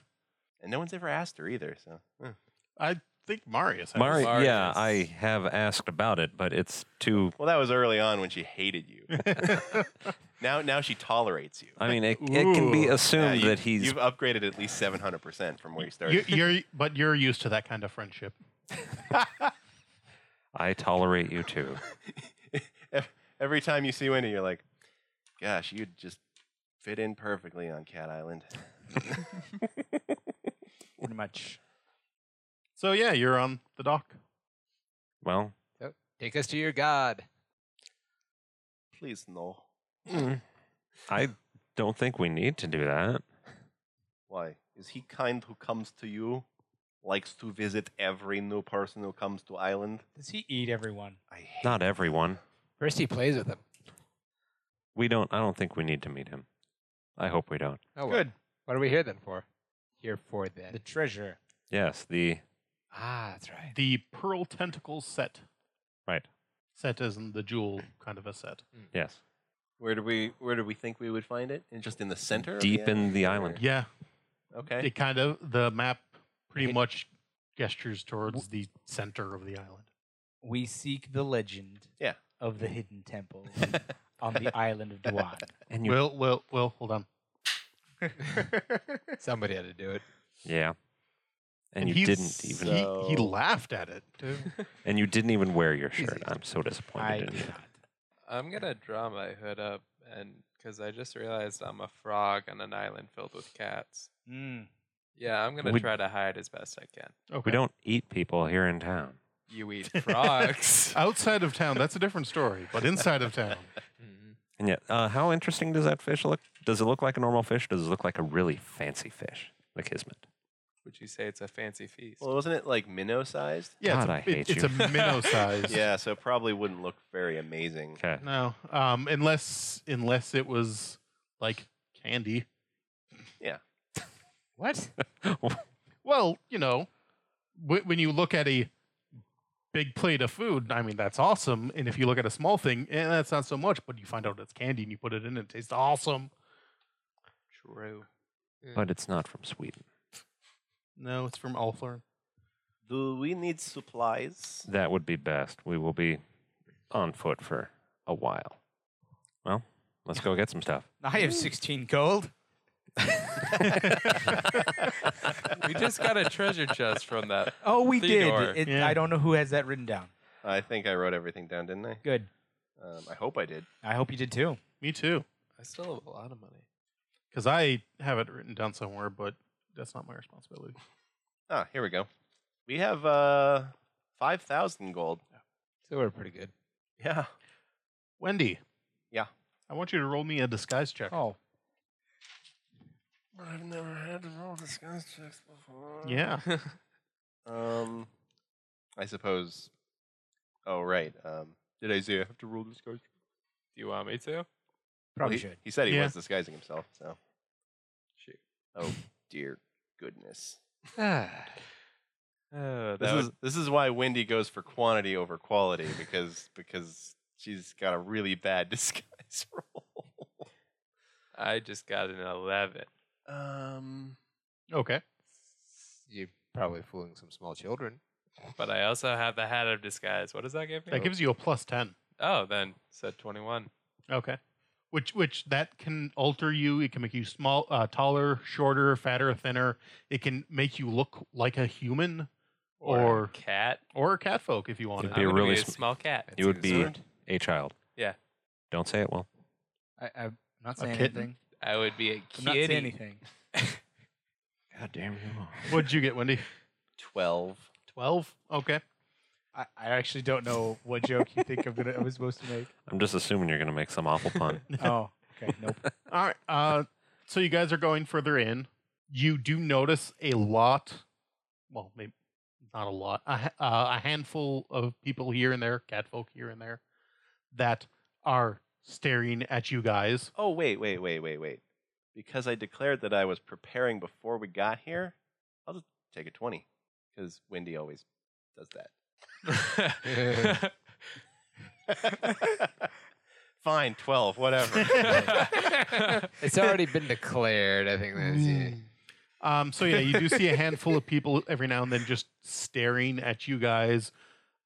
[SPEAKER 6] and no one's ever asked her either. So eh.
[SPEAKER 1] I think Marius. has.
[SPEAKER 5] Mari,
[SPEAKER 4] Mari
[SPEAKER 5] yeah,
[SPEAKER 4] is-
[SPEAKER 5] I have asked about it, but it's too.
[SPEAKER 6] well, that was early on when she hated you. now, now she tolerates you.
[SPEAKER 5] I mean, it, it can be
[SPEAKER 1] Ooh.
[SPEAKER 6] Yeah,
[SPEAKER 5] assumed
[SPEAKER 6] you-
[SPEAKER 5] that he's.
[SPEAKER 6] you've upgraded at least 700 percent from where you started.
[SPEAKER 1] you, you're, but you're used to that kind of friendship.
[SPEAKER 5] I tolerate you too.
[SPEAKER 6] Ev- Every time you see Wendy, you're like, "Gosh, you'd just fit in perfectly on Cat Island."
[SPEAKER 3] Pretty much.
[SPEAKER 1] So yeah, you're on the dock.
[SPEAKER 5] Well,
[SPEAKER 7] Take us to your god.
[SPEAKER 6] Please no.
[SPEAKER 5] I don't think we need to do that.
[SPEAKER 6] Why is he kind? Who comes to you, likes to visit every new person who comes to island.
[SPEAKER 3] Does he eat everyone?
[SPEAKER 6] I hate
[SPEAKER 5] Not everyone.
[SPEAKER 7] First, he plays with them.
[SPEAKER 5] We don't. I don't think we need to meet him. I hope we don't.
[SPEAKER 7] Oh, well.
[SPEAKER 3] Good.
[SPEAKER 7] What are we here then for? Here for
[SPEAKER 6] [laughs]
[SPEAKER 7] then.
[SPEAKER 3] The treasure.
[SPEAKER 5] Yes, the
[SPEAKER 7] ah, that's right.
[SPEAKER 1] The pearl tentacle set.
[SPEAKER 5] Right.
[SPEAKER 1] Set isn't the jewel kind of a set.
[SPEAKER 5] yes.
[SPEAKER 6] Where do we? Where do we think we would find it? And just in the center, of
[SPEAKER 5] Deep in the
[SPEAKER 6] or-
[SPEAKER 5] island.
[SPEAKER 1] Yeah,
[SPEAKER 6] Okay.
[SPEAKER 5] [laughs]
[SPEAKER 6] [laughs]
[SPEAKER 1] it kind of the map pretty much gestures towards the center of the island.
[SPEAKER 3] We seek the legend
[SPEAKER 6] Yeah.
[SPEAKER 3] of the hidden temple on the island of Duan.
[SPEAKER 5] And you.
[SPEAKER 1] Will, will, will. Hold on.
[SPEAKER 7] Somebody had to do it.
[SPEAKER 5] yeah. and, you
[SPEAKER 1] he
[SPEAKER 5] didn't even
[SPEAKER 6] so-
[SPEAKER 1] He, he laughed at it. too.
[SPEAKER 5] [laughs] and you didn't even wear your shirt. I'm so disappointed. in you.
[SPEAKER 4] I'm gonna draw my hood up, and because I just realized I'm a frog on an island filled with cats.
[SPEAKER 3] Mm.
[SPEAKER 4] Yeah, I'm gonna
[SPEAKER 5] Would-
[SPEAKER 4] try to hide as best I can.
[SPEAKER 5] We don't eat people here in town.
[SPEAKER 4] You eat
[SPEAKER 5] [laughs]
[SPEAKER 4] frogs. [laughs]
[SPEAKER 1] Outside of town, that's a different story. But inside of town,
[SPEAKER 4] Mhm.
[SPEAKER 5] And yet, uh, how interesting does that fish look? Does it look like a normal fish? Does it look like a really fancy fish, the Kismet?
[SPEAKER 4] Would you say it's a fancy feast?
[SPEAKER 6] Well, wasn't it like minnow sized?
[SPEAKER 1] yeah,
[SPEAKER 5] God, I
[SPEAKER 1] it's a, it-
[SPEAKER 5] hate
[SPEAKER 1] it's
[SPEAKER 5] you.
[SPEAKER 1] a
[SPEAKER 5] [laughs]
[SPEAKER 1] minnow size.
[SPEAKER 6] Yeah, so it probably wouldn't look very amazing.
[SPEAKER 5] Okay.
[SPEAKER 1] No, um, unless unless it was like candy.
[SPEAKER 7] What?
[SPEAKER 1] Well, you know, w- when you look at a big plate of food, I mean that's awesome. And if you look at a small thing, eh, that's not so much. But you find out it's candy, and you put it in, and it tastes awesome.
[SPEAKER 4] True.
[SPEAKER 5] [laughs] But it's not from Sweden.
[SPEAKER 1] No, it's from Alflern.
[SPEAKER 6] Do we need supplies?
[SPEAKER 5] That would be best. We will be on foot for a while. Well, let's go get some stuff.
[SPEAKER 3] I have 16 gold.
[SPEAKER 4] we just got a treasure chest from that.
[SPEAKER 3] Oh, we
[SPEAKER 4] Theodore.
[SPEAKER 3] did. It-
[SPEAKER 1] Yeah.
[SPEAKER 3] I don't know who has that written down.
[SPEAKER 6] I think I wrote everything down, didn't I?
[SPEAKER 3] Good.
[SPEAKER 6] Um, I hope I did.
[SPEAKER 3] I hope you did too.
[SPEAKER 1] Me too,
[SPEAKER 4] I still have a lot of money.
[SPEAKER 1] because I have it written down somewhere, but that's not my responsibility.
[SPEAKER 6] Ah, here we go. We have uh, 5,000 gold.
[SPEAKER 7] So we're pretty good.
[SPEAKER 6] Yeah.
[SPEAKER 1] Wendy.
[SPEAKER 6] Yeah.
[SPEAKER 1] I want you to roll me a disguise check.
[SPEAKER 3] Oh,
[SPEAKER 6] I've never had to roll disguise checks before.
[SPEAKER 1] Yeah.
[SPEAKER 6] Um, I suppose. Oh, right. Um, did I say I have to roll disguise checks?
[SPEAKER 4] Do you want me
[SPEAKER 5] [sighs]
[SPEAKER 4] to? [sighs]
[SPEAKER 6] Well,
[SPEAKER 7] Probably
[SPEAKER 6] he,
[SPEAKER 7] should.
[SPEAKER 6] He said he
[SPEAKER 1] Yeah.
[SPEAKER 6] was disguising himself, so.
[SPEAKER 4] Shoot.
[SPEAKER 6] Oh, dear goodness.
[SPEAKER 7] Ah,
[SPEAKER 4] Oh,
[SPEAKER 6] This is this is why Wendy goes for quantity over quality because because she's got a really bad [laughs] disguise roll.
[SPEAKER 4] I just got an 11.
[SPEAKER 6] Um,
[SPEAKER 1] Okay.
[SPEAKER 7] you're probably fooling some small children.
[SPEAKER 4] But I also have the hat of disguise. What does that give me?
[SPEAKER 1] That gives you a plus ten.
[SPEAKER 4] oh, then said 21.
[SPEAKER 1] Okay. Which which that can alter you. It can make you small, uh, taller, shorter, fatter, thinner. It can make you look like a human
[SPEAKER 4] Or,
[SPEAKER 1] Or-
[SPEAKER 4] a cat.
[SPEAKER 1] or a catfolk if you want
[SPEAKER 5] It'd
[SPEAKER 1] it.
[SPEAKER 5] be
[SPEAKER 4] I'm
[SPEAKER 5] a
[SPEAKER 4] gonna
[SPEAKER 5] really
[SPEAKER 4] be a
[SPEAKER 5] sm-
[SPEAKER 4] small cat.
[SPEAKER 5] you would be
[SPEAKER 6] absurd.
[SPEAKER 5] a child.
[SPEAKER 4] Yeah.
[SPEAKER 5] Don't say it, Will.
[SPEAKER 7] I, I'm not
[SPEAKER 1] A
[SPEAKER 7] saying
[SPEAKER 1] kitten?
[SPEAKER 7] anything.
[SPEAKER 4] I would be a
[SPEAKER 7] I'm not saying
[SPEAKER 4] kitty.
[SPEAKER 7] anything.
[SPEAKER 5] God damn you.
[SPEAKER 1] [laughs] What'd you get, Wendy?
[SPEAKER 6] twelve.
[SPEAKER 1] Twelve. Okay.
[SPEAKER 3] I, I actually don't know what joke you think I'm gonna. I was supposed to make. [laughs]
[SPEAKER 5] I'm just assuming you're going to make some awful pun.
[SPEAKER 3] Oh, okay. [laughs] Nope.
[SPEAKER 1] All right. Uh, so you guys are going further in. You do notice a lot. Well, maybe not a lot. A, ha- uh, a handful of people here and there, catfolk here and there, that are staring at you guys.
[SPEAKER 6] Oh wait, wait, wait, wait, wait. Because I declared that I was preparing before we got here, I'll just take a twenty because Wendy always does
[SPEAKER 4] [laughs]
[SPEAKER 6] that. [laughs] Fine, twelve, whatever.
[SPEAKER 3] [laughs]
[SPEAKER 7] It's already been declared. I think that's yeah.
[SPEAKER 6] Mm.
[SPEAKER 1] Um, so yeah, you do see a handful of people every now and then just staring at you guys.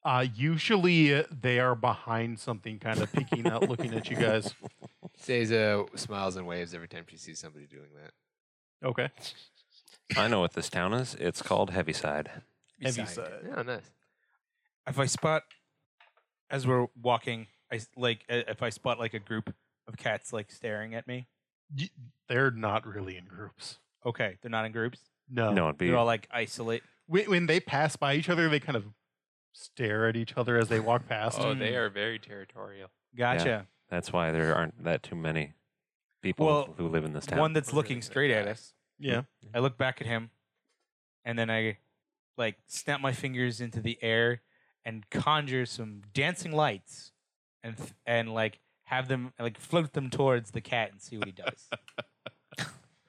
[SPEAKER 1] Uh, usually uh, they are behind something, kind of peeking out, looking at you guys.
[SPEAKER 7] Seiza uh, smiles and waves every time she sees somebody doing that.
[SPEAKER 1] Okay.
[SPEAKER 5] I know what this town is. It's called Heaviside.
[SPEAKER 1] Heavy
[SPEAKER 3] Beside.
[SPEAKER 1] side.
[SPEAKER 7] Oh, nice.
[SPEAKER 3] If I spot, as we're walking, I s- like uh, if I spot like a group of cats like staring at me.
[SPEAKER 1] Y- They're not really in groups.
[SPEAKER 3] Okay, they're not in groups.
[SPEAKER 1] No.
[SPEAKER 5] No, it'd be
[SPEAKER 3] They're all like isolate.
[SPEAKER 1] When, when they pass by each other, they kind of stare at each other as they walk past.
[SPEAKER 4] oh,
[SPEAKER 7] Hmm.
[SPEAKER 4] they are very
[SPEAKER 7] [laughs]
[SPEAKER 4] territorial.
[SPEAKER 3] Gotcha.
[SPEAKER 5] That's why there aren't that too many people
[SPEAKER 3] Well,
[SPEAKER 5] who live in this town.
[SPEAKER 3] One that's
[SPEAKER 4] Really
[SPEAKER 3] looking
[SPEAKER 4] good
[SPEAKER 3] straight at
[SPEAKER 4] guy.
[SPEAKER 3] us.
[SPEAKER 1] yeah.
[SPEAKER 3] I look back at him, and then I like snap my fingers into the air and conjure some dancing lights, and th- and like have them like float them towards the cat and see what he [laughs] does.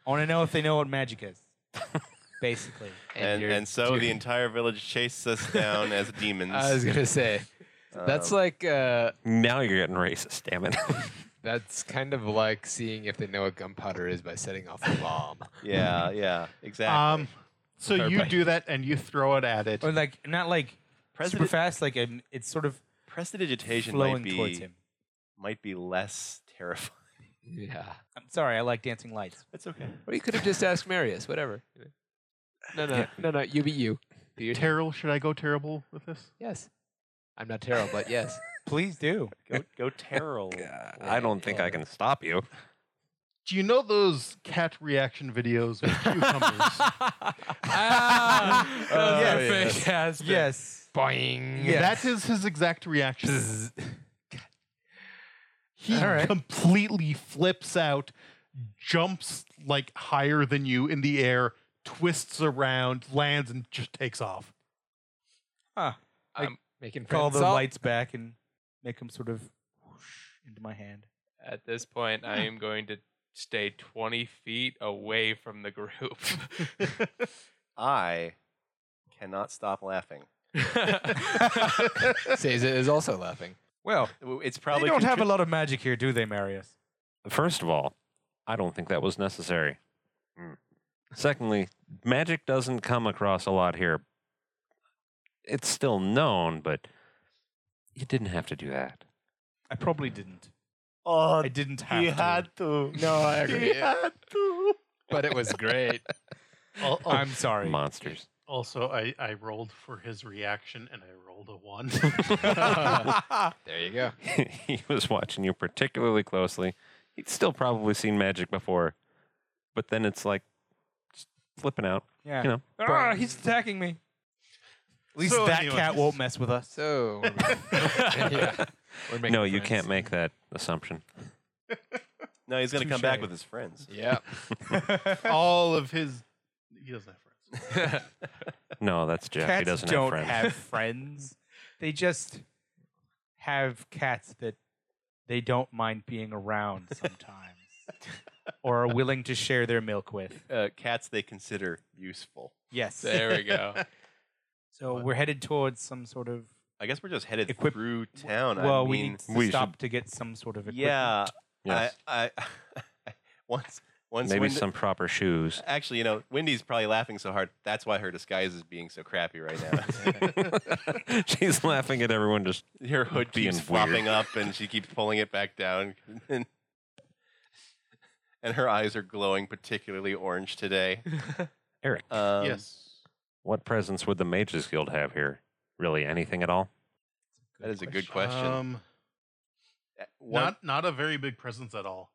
[SPEAKER 3] I want to know if they know what magic is, basically.
[SPEAKER 6] and,
[SPEAKER 7] you're-
[SPEAKER 6] and so the
[SPEAKER 7] you're-
[SPEAKER 6] entire village chases us down as demons.
[SPEAKER 3] [laughs]
[SPEAKER 7] I was gonna say that's
[SPEAKER 6] Um,
[SPEAKER 7] like uh,
[SPEAKER 5] Now you're getting racist, damn it. [laughs]
[SPEAKER 7] that's kind of like seeing if they know what gunpowder is by setting off a
[SPEAKER 6] [laughs]
[SPEAKER 7] bomb.
[SPEAKER 6] [laughs] yeah, yeah, exactly.
[SPEAKER 1] Um, so you
[SPEAKER 7] Everybody.
[SPEAKER 1] do that and you throw it at it.
[SPEAKER 3] Or like not like super
[SPEAKER 6] President-
[SPEAKER 3] fast. Like um, it's sort of
[SPEAKER 6] Prestidigitation
[SPEAKER 3] flowing
[SPEAKER 6] might
[SPEAKER 3] towards
[SPEAKER 6] be
[SPEAKER 3] him.
[SPEAKER 6] might be less terrifying.
[SPEAKER 3] [laughs]
[SPEAKER 7] yeah.
[SPEAKER 3] I'm sorry, I like dancing lights.
[SPEAKER 6] That's okay.
[SPEAKER 7] Or you could have just asked Marius. Whatever. No, no, no, no. You be you. Do your thing.
[SPEAKER 1] Terrible? Should I go terrible with this?
[SPEAKER 7] Yes. I'm not terrible, but yes.
[SPEAKER 3] Please [laughs] do.
[SPEAKER 6] [laughs] Go,
[SPEAKER 3] [laughs]
[SPEAKER 6] go Terrell.
[SPEAKER 5] God, I don't think I can stop you.
[SPEAKER 1] Do you know those cat reaction videos with cucumbers?
[SPEAKER 7] [laughs] ah,
[SPEAKER 2] Oh,
[SPEAKER 7] yes. Yes.
[SPEAKER 2] Boing.
[SPEAKER 1] That is his exact reaction. [laughs]
[SPEAKER 7] Bzz.
[SPEAKER 1] He
[SPEAKER 7] All right.
[SPEAKER 1] completely flips out, jumps like higher than you in the air, twists around, lands, and just takes off.
[SPEAKER 7] [laughs] Making friends.
[SPEAKER 3] Call the
[SPEAKER 7] Salt.
[SPEAKER 3] lights back and make them sort of whoosh into my hand.
[SPEAKER 4] At this point, I am going to stay 20 feet away from the group. [laughs]
[SPEAKER 6] I cannot stop laughing.
[SPEAKER 7] Seiza is also laughing.
[SPEAKER 3] Well,
[SPEAKER 6] It's
[SPEAKER 3] they
[SPEAKER 6] probably
[SPEAKER 3] don't have a
[SPEAKER 6] contrib-
[SPEAKER 3] lot of magic here, do they, Marius?
[SPEAKER 5] First of all, I don't think that was necessary.
[SPEAKER 7] Mm.
[SPEAKER 5] Secondly, magic doesn't come across a lot here. It's still known, but you didn't have to do that.
[SPEAKER 3] I probably didn't.
[SPEAKER 6] Oh,
[SPEAKER 3] I didn't have
[SPEAKER 6] he
[SPEAKER 3] to.
[SPEAKER 6] had to.
[SPEAKER 1] [laughs]
[SPEAKER 7] No, I agree.
[SPEAKER 6] He had to.
[SPEAKER 7] but it was great. [laughs]
[SPEAKER 1] Al- al-
[SPEAKER 3] I'm sorry.
[SPEAKER 5] Monsters. [laughs]
[SPEAKER 1] also, I, I rolled for his reaction and I rolled a [laughs] one.
[SPEAKER 7] There you go.
[SPEAKER 5] he was watching you particularly closely. He'd still probably seen magic before, but then it's like just flipping out.
[SPEAKER 3] Yeah.
[SPEAKER 5] You know,
[SPEAKER 3] ah, he's attacking me. At least
[SPEAKER 1] So
[SPEAKER 3] that
[SPEAKER 1] anyway.
[SPEAKER 3] cat won't mess with us.
[SPEAKER 7] So, [laughs] yeah. We're making
[SPEAKER 5] no, you
[SPEAKER 7] friends.
[SPEAKER 5] can't make that assumption.
[SPEAKER 6] No, he's gonna come back
[SPEAKER 3] Touche.
[SPEAKER 6] with
[SPEAKER 7] [laughs]
[SPEAKER 6] his friends.
[SPEAKER 7] Yeah.
[SPEAKER 1] All of his. He doesn't have friends.
[SPEAKER 5] No, that's Jeff.
[SPEAKER 3] cats
[SPEAKER 5] he doesn't
[SPEAKER 3] don't
[SPEAKER 5] have friends.
[SPEAKER 3] [laughs] friends. They just have cats that they don't mind being around [laughs] sometimes, or are willing to share their milk with.
[SPEAKER 6] Uh, cats they consider useful.
[SPEAKER 3] Yes.
[SPEAKER 4] there we go.
[SPEAKER 3] So we're headed towards some sort of.
[SPEAKER 6] I guess we're just headed
[SPEAKER 3] Equip-
[SPEAKER 6] through town.
[SPEAKER 3] well,
[SPEAKER 6] I
[SPEAKER 3] we
[SPEAKER 6] mean,
[SPEAKER 3] need to
[SPEAKER 5] we
[SPEAKER 3] stop to get some sort of. Equipment.
[SPEAKER 6] yeah.
[SPEAKER 5] yes.
[SPEAKER 6] I, I [laughs] once once
[SPEAKER 5] Maybe
[SPEAKER 6] Wendy-
[SPEAKER 5] some proper shoes.
[SPEAKER 6] Actually, you know, Wendy's probably laughing so hard. That's why her disguise is being so crappy right
[SPEAKER 5] [laughs]
[SPEAKER 6] now. [laughs]
[SPEAKER 5] She's laughing at everyone just
[SPEAKER 6] her hood
[SPEAKER 5] Being
[SPEAKER 6] keeps
[SPEAKER 5] weird.
[SPEAKER 6] flopping up, and she keeps pulling it back down. [laughs] And, and her eyes are glowing particularly orange today.
[SPEAKER 5] Eric.
[SPEAKER 6] Um,
[SPEAKER 1] yes.
[SPEAKER 5] What presence would the Mages Guild have here? Really, anything at all?
[SPEAKER 6] that is a good question.
[SPEAKER 1] Um,
[SPEAKER 6] Uh, one-
[SPEAKER 1] not, not a very big presence at all.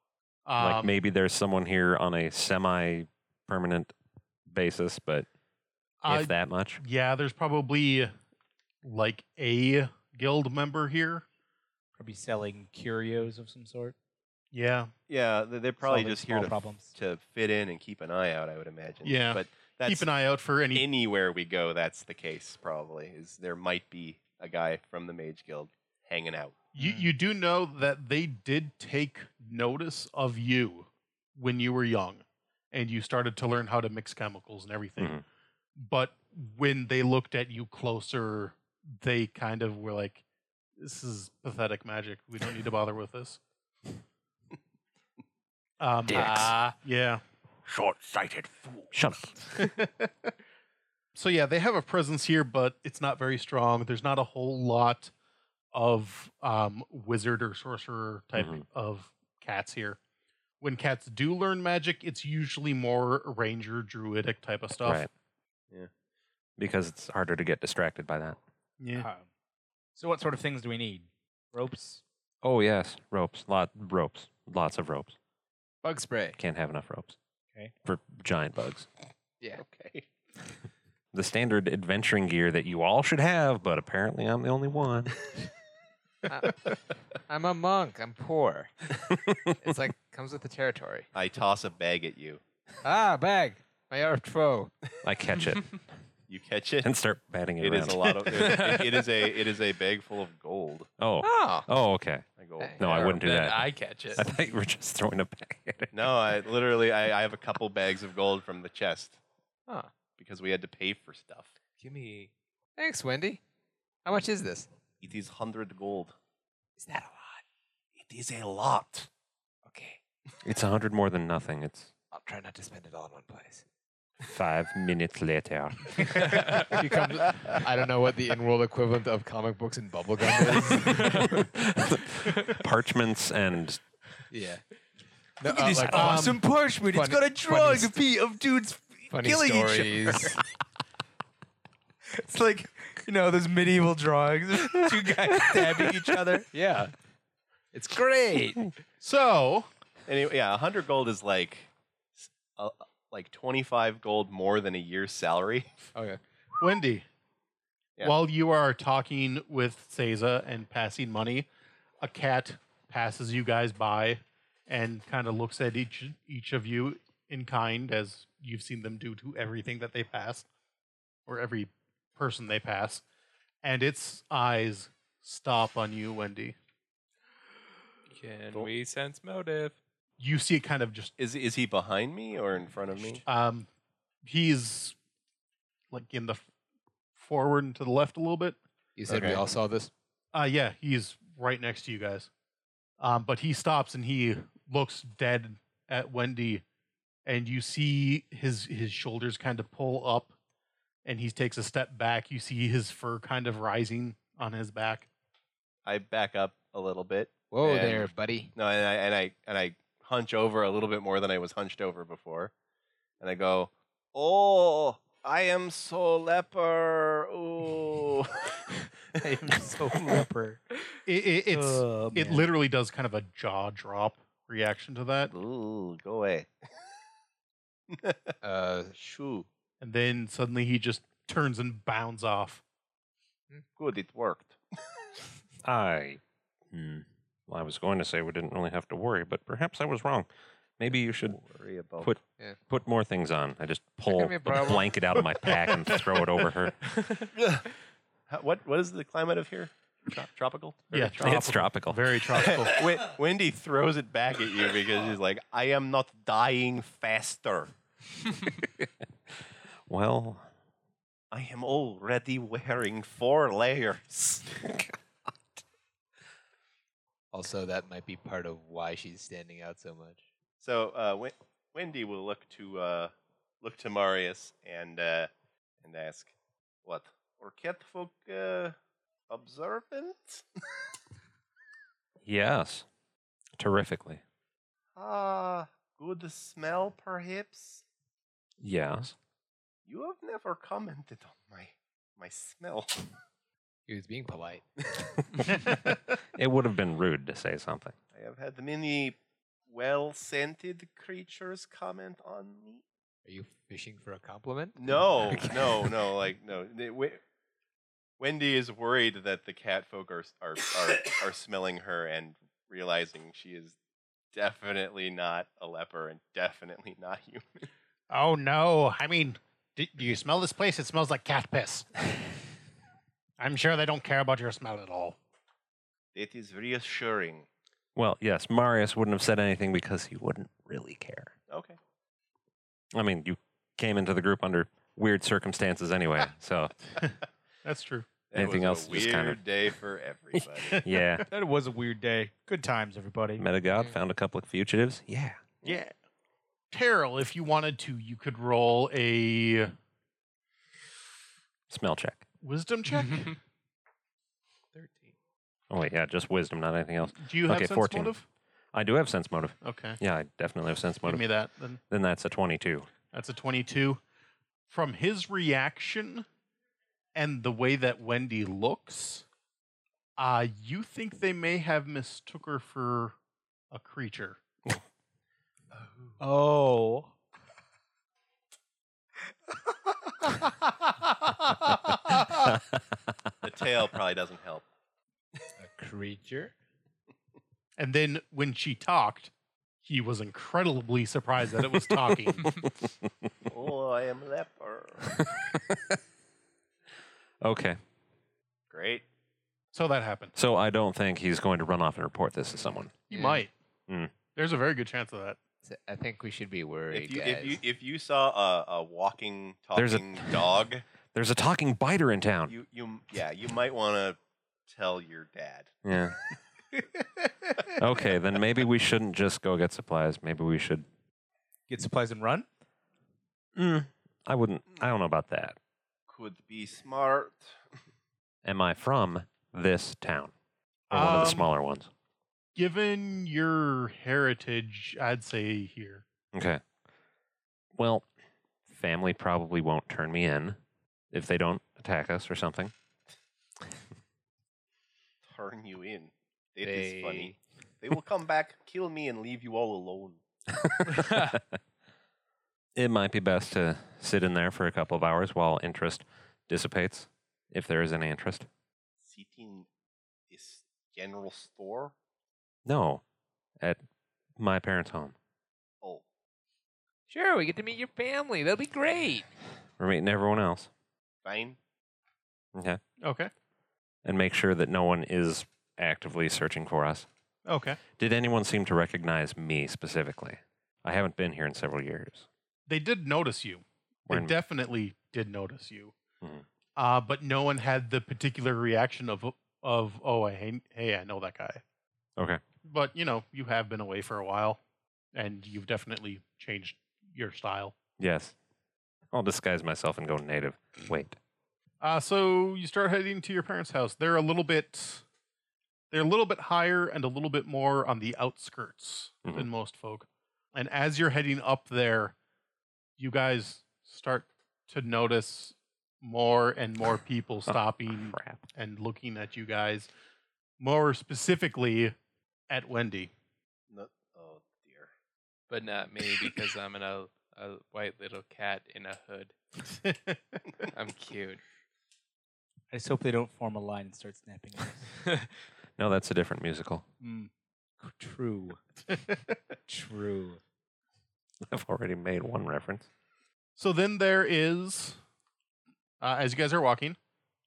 [SPEAKER 1] Um,
[SPEAKER 5] like maybe there's someone here on a semi-permanent basis, but
[SPEAKER 1] I-
[SPEAKER 5] if that much,
[SPEAKER 1] Yeah, there's probably like a guild member here.
[SPEAKER 3] Probably selling curios of some sort.
[SPEAKER 1] Yeah.
[SPEAKER 6] yeah, they- they're probably
[SPEAKER 3] solving
[SPEAKER 6] just here
[SPEAKER 3] small
[SPEAKER 6] to,
[SPEAKER 3] problems.
[SPEAKER 6] to fit in and keep an eye out. I would imagine.
[SPEAKER 1] Yeah.
[SPEAKER 6] but that's
[SPEAKER 1] Keep an eye out for any.
[SPEAKER 6] anywhere we go. That's the case. Probably is there might be a guy from the Mage Guild hanging out.
[SPEAKER 1] You, you do know that they did take notice of you when you were young and you started to learn how to mix chemicals and everything.
[SPEAKER 5] Mhm.
[SPEAKER 1] But when they looked at you closer, they kind of were like, this is pathetic magic. We don't need to bother with this. Um,
[SPEAKER 4] Ah,
[SPEAKER 1] yeah.
[SPEAKER 5] shut up.
[SPEAKER 1] so yeah, they have a presence here, but it's not very strong. There's not a whole lot of um, wizard or sorcerer type
[SPEAKER 5] Mhm.
[SPEAKER 1] of cats here. When cats do learn magic, it's usually more ranger druidic type of stuff.
[SPEAKER 5] Right.
[SPEAKER 6] Yeah.
[SPEAKER 5] Because it's harder to get distracted by that.
[SPEAKER 1] Yeah.
[SPEAKER 3] Uh, so what sort of things do we need? Ropes.
[SPEAKER 5] Oh yes, ropes, lot ropes, lots of ropes.
[SPEAKER 7] Bug spray.
[SPEAKER 5] Can't have enough ropes.
[SPEAKER 3] Okay.
[SPEAKER 5] For giant bugs.
[SPEAKER 7] Yeah.
[SPEAKER 6] Okay.
[SPEAKER 5] The standard adventuring gear that you all should have, but apparently I'm the only one.
[SPEAKER 7] Uh, I'm a monk. I'm
[SPEAKER 5] [laughs]
[SPEAKER 7] poor. It's like comes with the territory.
[SPEAKER 6] I toss a bag at you.
[SPEAKER 7] Ah, bag. My armed foe.
[SPEAKER 5] I
[SPEAKER 1] [laughs]
[SPEAKER 5] catch it
[SPEAKER 6] You catch it.
[SPEAKER 5] and [laughs] start batting it,
[SPEAKER 6] It
[SPEAKER 5] around.
[SPEAKER 6] is a lot of. it- it is a. It is a bag full of gold.
[SPEAKER 5] [laughs] Oh,
[SPEAKER 7] Oh.
[SPEAKER 5] oh, okay.
[SPEAKER 6] I go.
[SPEAKER 7] Hey.
[SPEAKER 5] No, I
[SPEAKER 4] or
[SPEAKER 5] wouldn't do
[SPEAKER 4] then
[SPEAKER 5] that.
[SPEAKER 4] I catch
[SPEAKER 5] [laughs]
[SPEAKER 4] it.
[SPEAKER 5] I thought you were just throwing a bag [laughs] at it.
[SPEAKER 6] No, I literally. I, I have a couple bags of gold from the chest.
[SPEAKER 7] Huh.
[SPEAKER 6] Because we had to pay for stuff.
[SPEAKER 4] Give me.
[SPEAKER 7] Thanks, Wendy. How much is this?
[SPEAKER 6] It is hundred gold.
[SPEAKER 7] Is that a lot?
[SPEAKER 6] It is a lot.
[SPEAKER 7] Okay.
[SPEAKER 5] It's a hundred more than nothing. It's
[SPEAKER 7] I'll try not to spend it all in one place.
[SPEAKER 5] five [laughs] minutes [laughs] later.
[SPEAKER 7] She comes- [laughs] I don't know what the in-world equivalent of comic books and bubblegum
[SPEAKER 5] Parchments and
[SPEAKER 7] is. [laughs] yeah.
[SPEAKER 1] It is
[SPEAKER 7] uh,
[SPEAKER 3] Uh,
[SPEAKER 7] um,
[SPEAKER 3] um,
[SPEAKER 7] awesome parchment. It's got a drawing
[SPEAKER 6] of dude's
[SPEAKER 2] Funny
[SPEAKER 3] Killing each
[SPEAKER 7] [laughs]
[SPEAKER 3] other.
[SPEAKER 2] stories.
[SPEAKER 3] It's like you know those medieval drawings, of [laughs] two guys stabbing each [laughs] other.
[SPEAKER 2] yeah. It's great.
[SPEAKER 1] So
[SPEAKER 6] Anyway, yeah, hundred gold is like, s- uh, like twenty five gold more than a year's salary. [laughs]
[SPEAKER 7] Okay.
[SPEAKER 1] Wendy,
[SPEAKER 6] Yeah.
[SPEAKER 1] while you are talking with Seiza and passing money, a cat passes you guys by and kind of looks at each each of you in kind as you've seen them do to everything that they pass or every person they pass and its eyes stop on you wendy
[SPEAKER 4] Can we sense motive?
[SPEAKER 1] you see it kind of just
[SPEAKER 6] Is is he behind me or in front of me?
[SPEAKER 1] um he's like in the f- forward and to the left a little bit
[SPEAKER 7] You said we
[SPEAKER 6] Okay.
[SPEAKER 7] all saw this.
[SPEAKER 1] Uh yeah, he's right next to you guys. Um, but he stops and he looks dead at Wendy, and you see his his shoulders kind of pull up, and he takes a step back. You see his fur kind of rising on his back.
[SPEAKER 6] I back up a little bit.
[SPEAKER 7] Whoa
[SPEAKER 6] And-
[SPEAKER 7] there, [laughs] buddy.
[SPEAKER 6] No, and I and I and I hunch over a little bit more than I was hunched over before, and I go, "Oh, I am so leper.
[SPEAKER 5] [laughs]
[SPEAKER 6] Ooh,
[SPEAKER 3] I
[SPEAKER 6] [laughs]
[SPEAKER 3] am [laughs] so leper.
[SPEAKER 1] It, it, it's
[SPEAKER 3] Oh,
[SPEAKER 1] it
[SPEAKER 3] man.
[SPEAKER 1] literally does kind of a jaw drop reaction to that,
[SPEAKER 6] ooh, go away."
[SPEAKER 7] Uh,
[SPEAKER 6] Shoo,
[SPEAKER 1] and then suddenly he just turns and bounds off.
[SPEAKER 6] good, it worked.
[SPEAKER 5] I, hmm, well, I was going to say we didn't really have to worry, but perhaps I was wrong. Maybe you should
[SPEAKER 6] Don't worry about
[SPEAKER 5] put
[SPEAKER 2] Yeah.
[SPEAKER 5] put more things on. I just pull
[SPEAKER 2] gonna be a
[SPEAKER 5] the
[SPEAKER 2] problem.
[SPEAKER 5] blanket out of my pack and throw it over her.
[SPEAKER 6] [laughs] How- what what is the climate of here? Tro- tropical? Very
[SPEAKER 1] Yeah,
[SPEAKER 6] tropical.
[SPEAKER 5] It's [laughs] tropical.
[SPEAKER 1] Very
[SPEAKER 6] [laughs]
[SPEAKER 1] tropical.
[SPEAKER 6] Wen- Wendy throws it back at you because she's like, "I am not dying faster.
[SPEAKER 5] [laughs] Well,
[SPEAKER 6] I am already wearing four layers."
[SPEAKER 7] also, that might be part of why she's standing out so much.
[SPEAKER 6] So uh, Wen- Wendy will look to uh, look to Marius and uh, and ask, "What or catfolk uh, observant?
[SPEAKER 5] yes, terrifically.
[SPEAKER 6] Ah, good smell, perhaps.
[SPEAKER 5] Yes.
[SPEAKER 6] You have never commented on my my smell." [laughs]
[SPEAKER 7] He was being polite.
[SPEAKER 5] It would have been rude to say something.
[SPEAKER 6] I have had many well scented creatures comment on me.
[SPEAKER 7] Are you fishing for a compliment? [laughs]
[SPEAKER 6] No, no, [laughs] no, like no. They- Wen- Wendy is worried that the cat folk are, are are are smelling her and realizing she is definitely not a leper and definitely not human.
[SPEAKER 1] oh no! I mean, do, do you smell this place? It smells like cat piss. [laughs] I'm sure they don't care about your smell at all.
[SPEAKER 6] It is reassuring.
[SPEAKER 5] Well, yes, Marius wouldn't have said anything because he wouldn't really care.
[SPEAKER 6] Okay.
[SPEAKER 5] I mean, you came into the group under weird circumstances anyway,
[SPEAKER 1] Ah.
[SPEAKER 5] so
[SPEAKER 1] That's true. [laughs]
[SPEAKER 6] That
[SPEAKER 5] Anything
[SPEAKER 6] was
[SPEAKER 5] else
[SPEAKER 6] a
[SPEAKER 5] is
[SPEAKER 6] weird
[SPEAKER 5] kind of-
[SPEAKER 6] day for [laughs]
[SPEAKER 5] [laughs]
[SPEAKER 6] everybody.
[SPEAKER 5] yeah.
[SPEAKER 3] That was a weird day. Good times, everybody.
[SPEAKER 5] Met a god, found a couple of fugitives. Yeah.
[SPEAKER 1] Yeah. Terrell, if you wanted to, you could roll a
[SPEAKER 5] Smell check.
[SPEAKER 1] wisdom [laughs] check.
[SPEAKER 4] Thirteen.
[SPEAKER 5] Oh wait, yeah, just wisdom, not anything else.
[SPEAKER 1] Do you have
[SPEAKER 5] Okay,
[SPEAKER 1] sense
[SPEAKER 5] 14.
[SPEAKER 1] motive?
[SPEAKER 5] I do have sense motive.
[SPEAKER 1] Okay.
[SPEAKER 5] Yeah, I definitely have sense
[SPEAKER 1] Give
[SPEAKER 5] motive.
[SPEAKER 1] me that. Then
[SPEAKER 5] then that's
[SPEAKER 1] [laughs]
[SPEAKER 5] a twenty-two. [laughs]
[SPEAKER 1] that's a twenty-two. From his reaction and the way that Wendy looks, uh, you think they may have mistook her for a creature.
[SPEAKER 3] Oh.
[SPEAKER 6] the tail probably doesn't help.
[SPEAKER 7] A creature?
[SPEAKER 1] [laughs] And then when she talked, he was incredibly surprised that it was talking. [laughs]
[SPEAKER 6] Oh, I am leper.
[SPEAKER 5] okay.
[SPEAKER 6] Great.
[SPEAKER 1] so that happened.
[SPEAKER 5] So I don't think he's going to run off and report this to someone.
[SPEAKER 1] You
[SPEAKER 7] Yeah.
[SPEAKER 1] might.
[SPEAKER 5] Mm.
[SPEAKER 1] There's a very good chance of that.
[SPEAKER 7] So I think we should be worried,
[SPEAKER 6] If you,
[SPEAKER 7] guys.
[SPEAKER 6] if you if you saw a, a walking
[SPEAKER 5] There's a-
[SPEAKER 6] talking dog,
[SPEAKER 5] There's a talking biter in town.
[SPEAKER 6] you you yeah, you might want to tell your dad.
[SPEAKER 1] [laughs]
[SPEAKER 5] Yeah. Okay, then maybe we shouldn't just go get supplies. Maybe we should.
[SPEAKER 3] Get supplies and run?
[SPEAKER 5] Mm, I wouldn't. I don't know about that.
[SPEAKER 6] Could be smart. [laughs]
[SPEAKER 5] Am I from this town or one of the
[SPEAKER 1] Um,
[SPEAKER 5] smaller ones?
[SPEAKER 1] Given your heritage, I'd say here.
[SPEAKER 5] Okay. Well, family probably won't turn me in if they don't attack us or something.
[SPEAKER 6] Turn you in. It is
[SPEAKER 2] They-
[SPEAKER 6] funny. They will come back, kill me, and leave you all alone.
[SPEAKER 5] it might be best to sit in there for a couple of hours while interest dissipates, if there is any interest.
[SPEAKER 6] Sitting this general store.
[SPEAKER 5] No, at my parents' home.
[SPEAKER 6] Oh,
[SPEAKER 2] sure, we get to meet your family. That'll be great.
[SPEAKER 5] We're meeting everyone else.
[SPEAKER 6] fine.
[SPEAKER 5] Okay.
[SPEAKER 1] Okay.
[SPEAKER 5] And make sure that no one is actively searching for us.
[SPEAKER 1] Okay.
[SPEAKER 5] Did anyone seem to recognize me specifically? I haven't been here in several years.
[SPEAKER 1] They did notice you.
[SPEAKER 5] We're
[SPEAKER 1] They
[SPEAKER 5] in-
[SPEAKER 1] definitely did notice you.
[SPEAKER 5] Mhm.
[SPEAKER 1] Uh, but no one had the particular reaction of of oh I hey, hey I know that guy.
[SPEAKER 5] Okay.
[SPEAKER 1] But you know you have been away for a while, and you've definitely changed your style.
[SPEAKER 5] Yes. I'll disguise myself and go native. Wait.
[SPEAKER 1] Uh, so you start heading to your parents' house. They're a little bit, they're a little bit higher and a little bit more on the outskirts
[SPEAKER 5] Mhm.
[SPEAKER 1] than most folk. And as you're heading up there, you guys start to notice more and more people stopping
[SPEAKER 5] Crap.
[SPEAKER 1] and looking at you guys. More specifically, at Wendy. [laughs]
[SPEAKER 6] No, oh dear. [laughs]
[SPEAKER 4] but not me because I'm in a, a white little cat in a hood. I'm cute.
[SPEAKER 3] I just hope they don't form a line and start snapping.
[SPEAKER 5] No, that's a different musical. [laughs]
[SPEAKER 3] mm. True. True.
[SPEAKER 5] I've already made one reference.
[SPEAKER 1] So then there is, uh, as you guys are walking,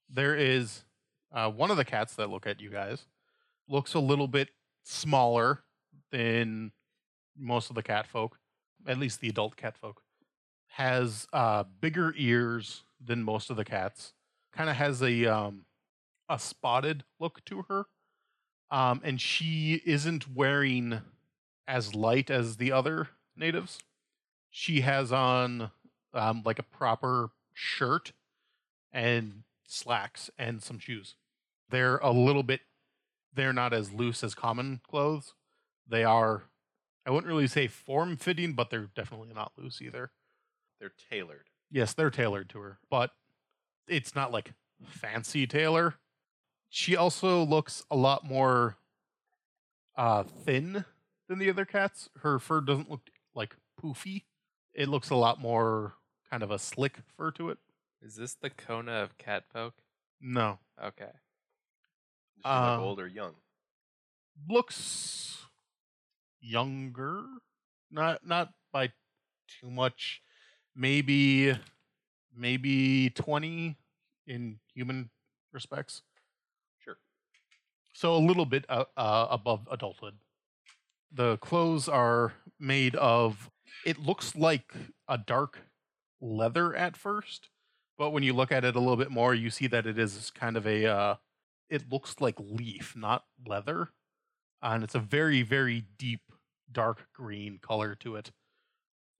[SPEAKER 1] there is uh, one of the cats that look at you guys looks a little bit smaller than most of the cat folk, at least the adult cat folk. Has uh, bigger ears than most of the cats. Kind of has a um, a spotted look to her, um, and she isn't wearing as light as the other natives. She has on um, like a proper shirt and slacks and some shoes. They're a little bit, they're not as loose as common clothes. They are, I wouldn't really say form fitting, but they're definitely not loose either.
[SPEAKER 6] They're tailored.
[SPEAKER 1] Yes, they're tailored to her, but it's not like fancy tailor. She also looks a lot more uh, thin than the other cats. Her fur doesn't look like poofy. It looks a lot more kind of a slick fur to it.
[SPEAKER 4] Is this the Kona of cat folk?
[SPEAKER 1] No,
[SPEAKER 4] Okay.
[SPEAKER 6] Does she look
[SPEAKER 1] Um,
[SPEAKER 6] old or young?
[SPEAKER 1] looks younger not not by too much maybe maybe 20 in human respects
[SPEAKER 6] Sure.
[SPEAKER 1] so a little bit uh, uh, above adulthood the clothes are made of it looks like a dark leather at first but when you look at it a little bit more you see that it is kind of a uh, it looks like leaf not leather Uh, and it's a very very deep dark green color to it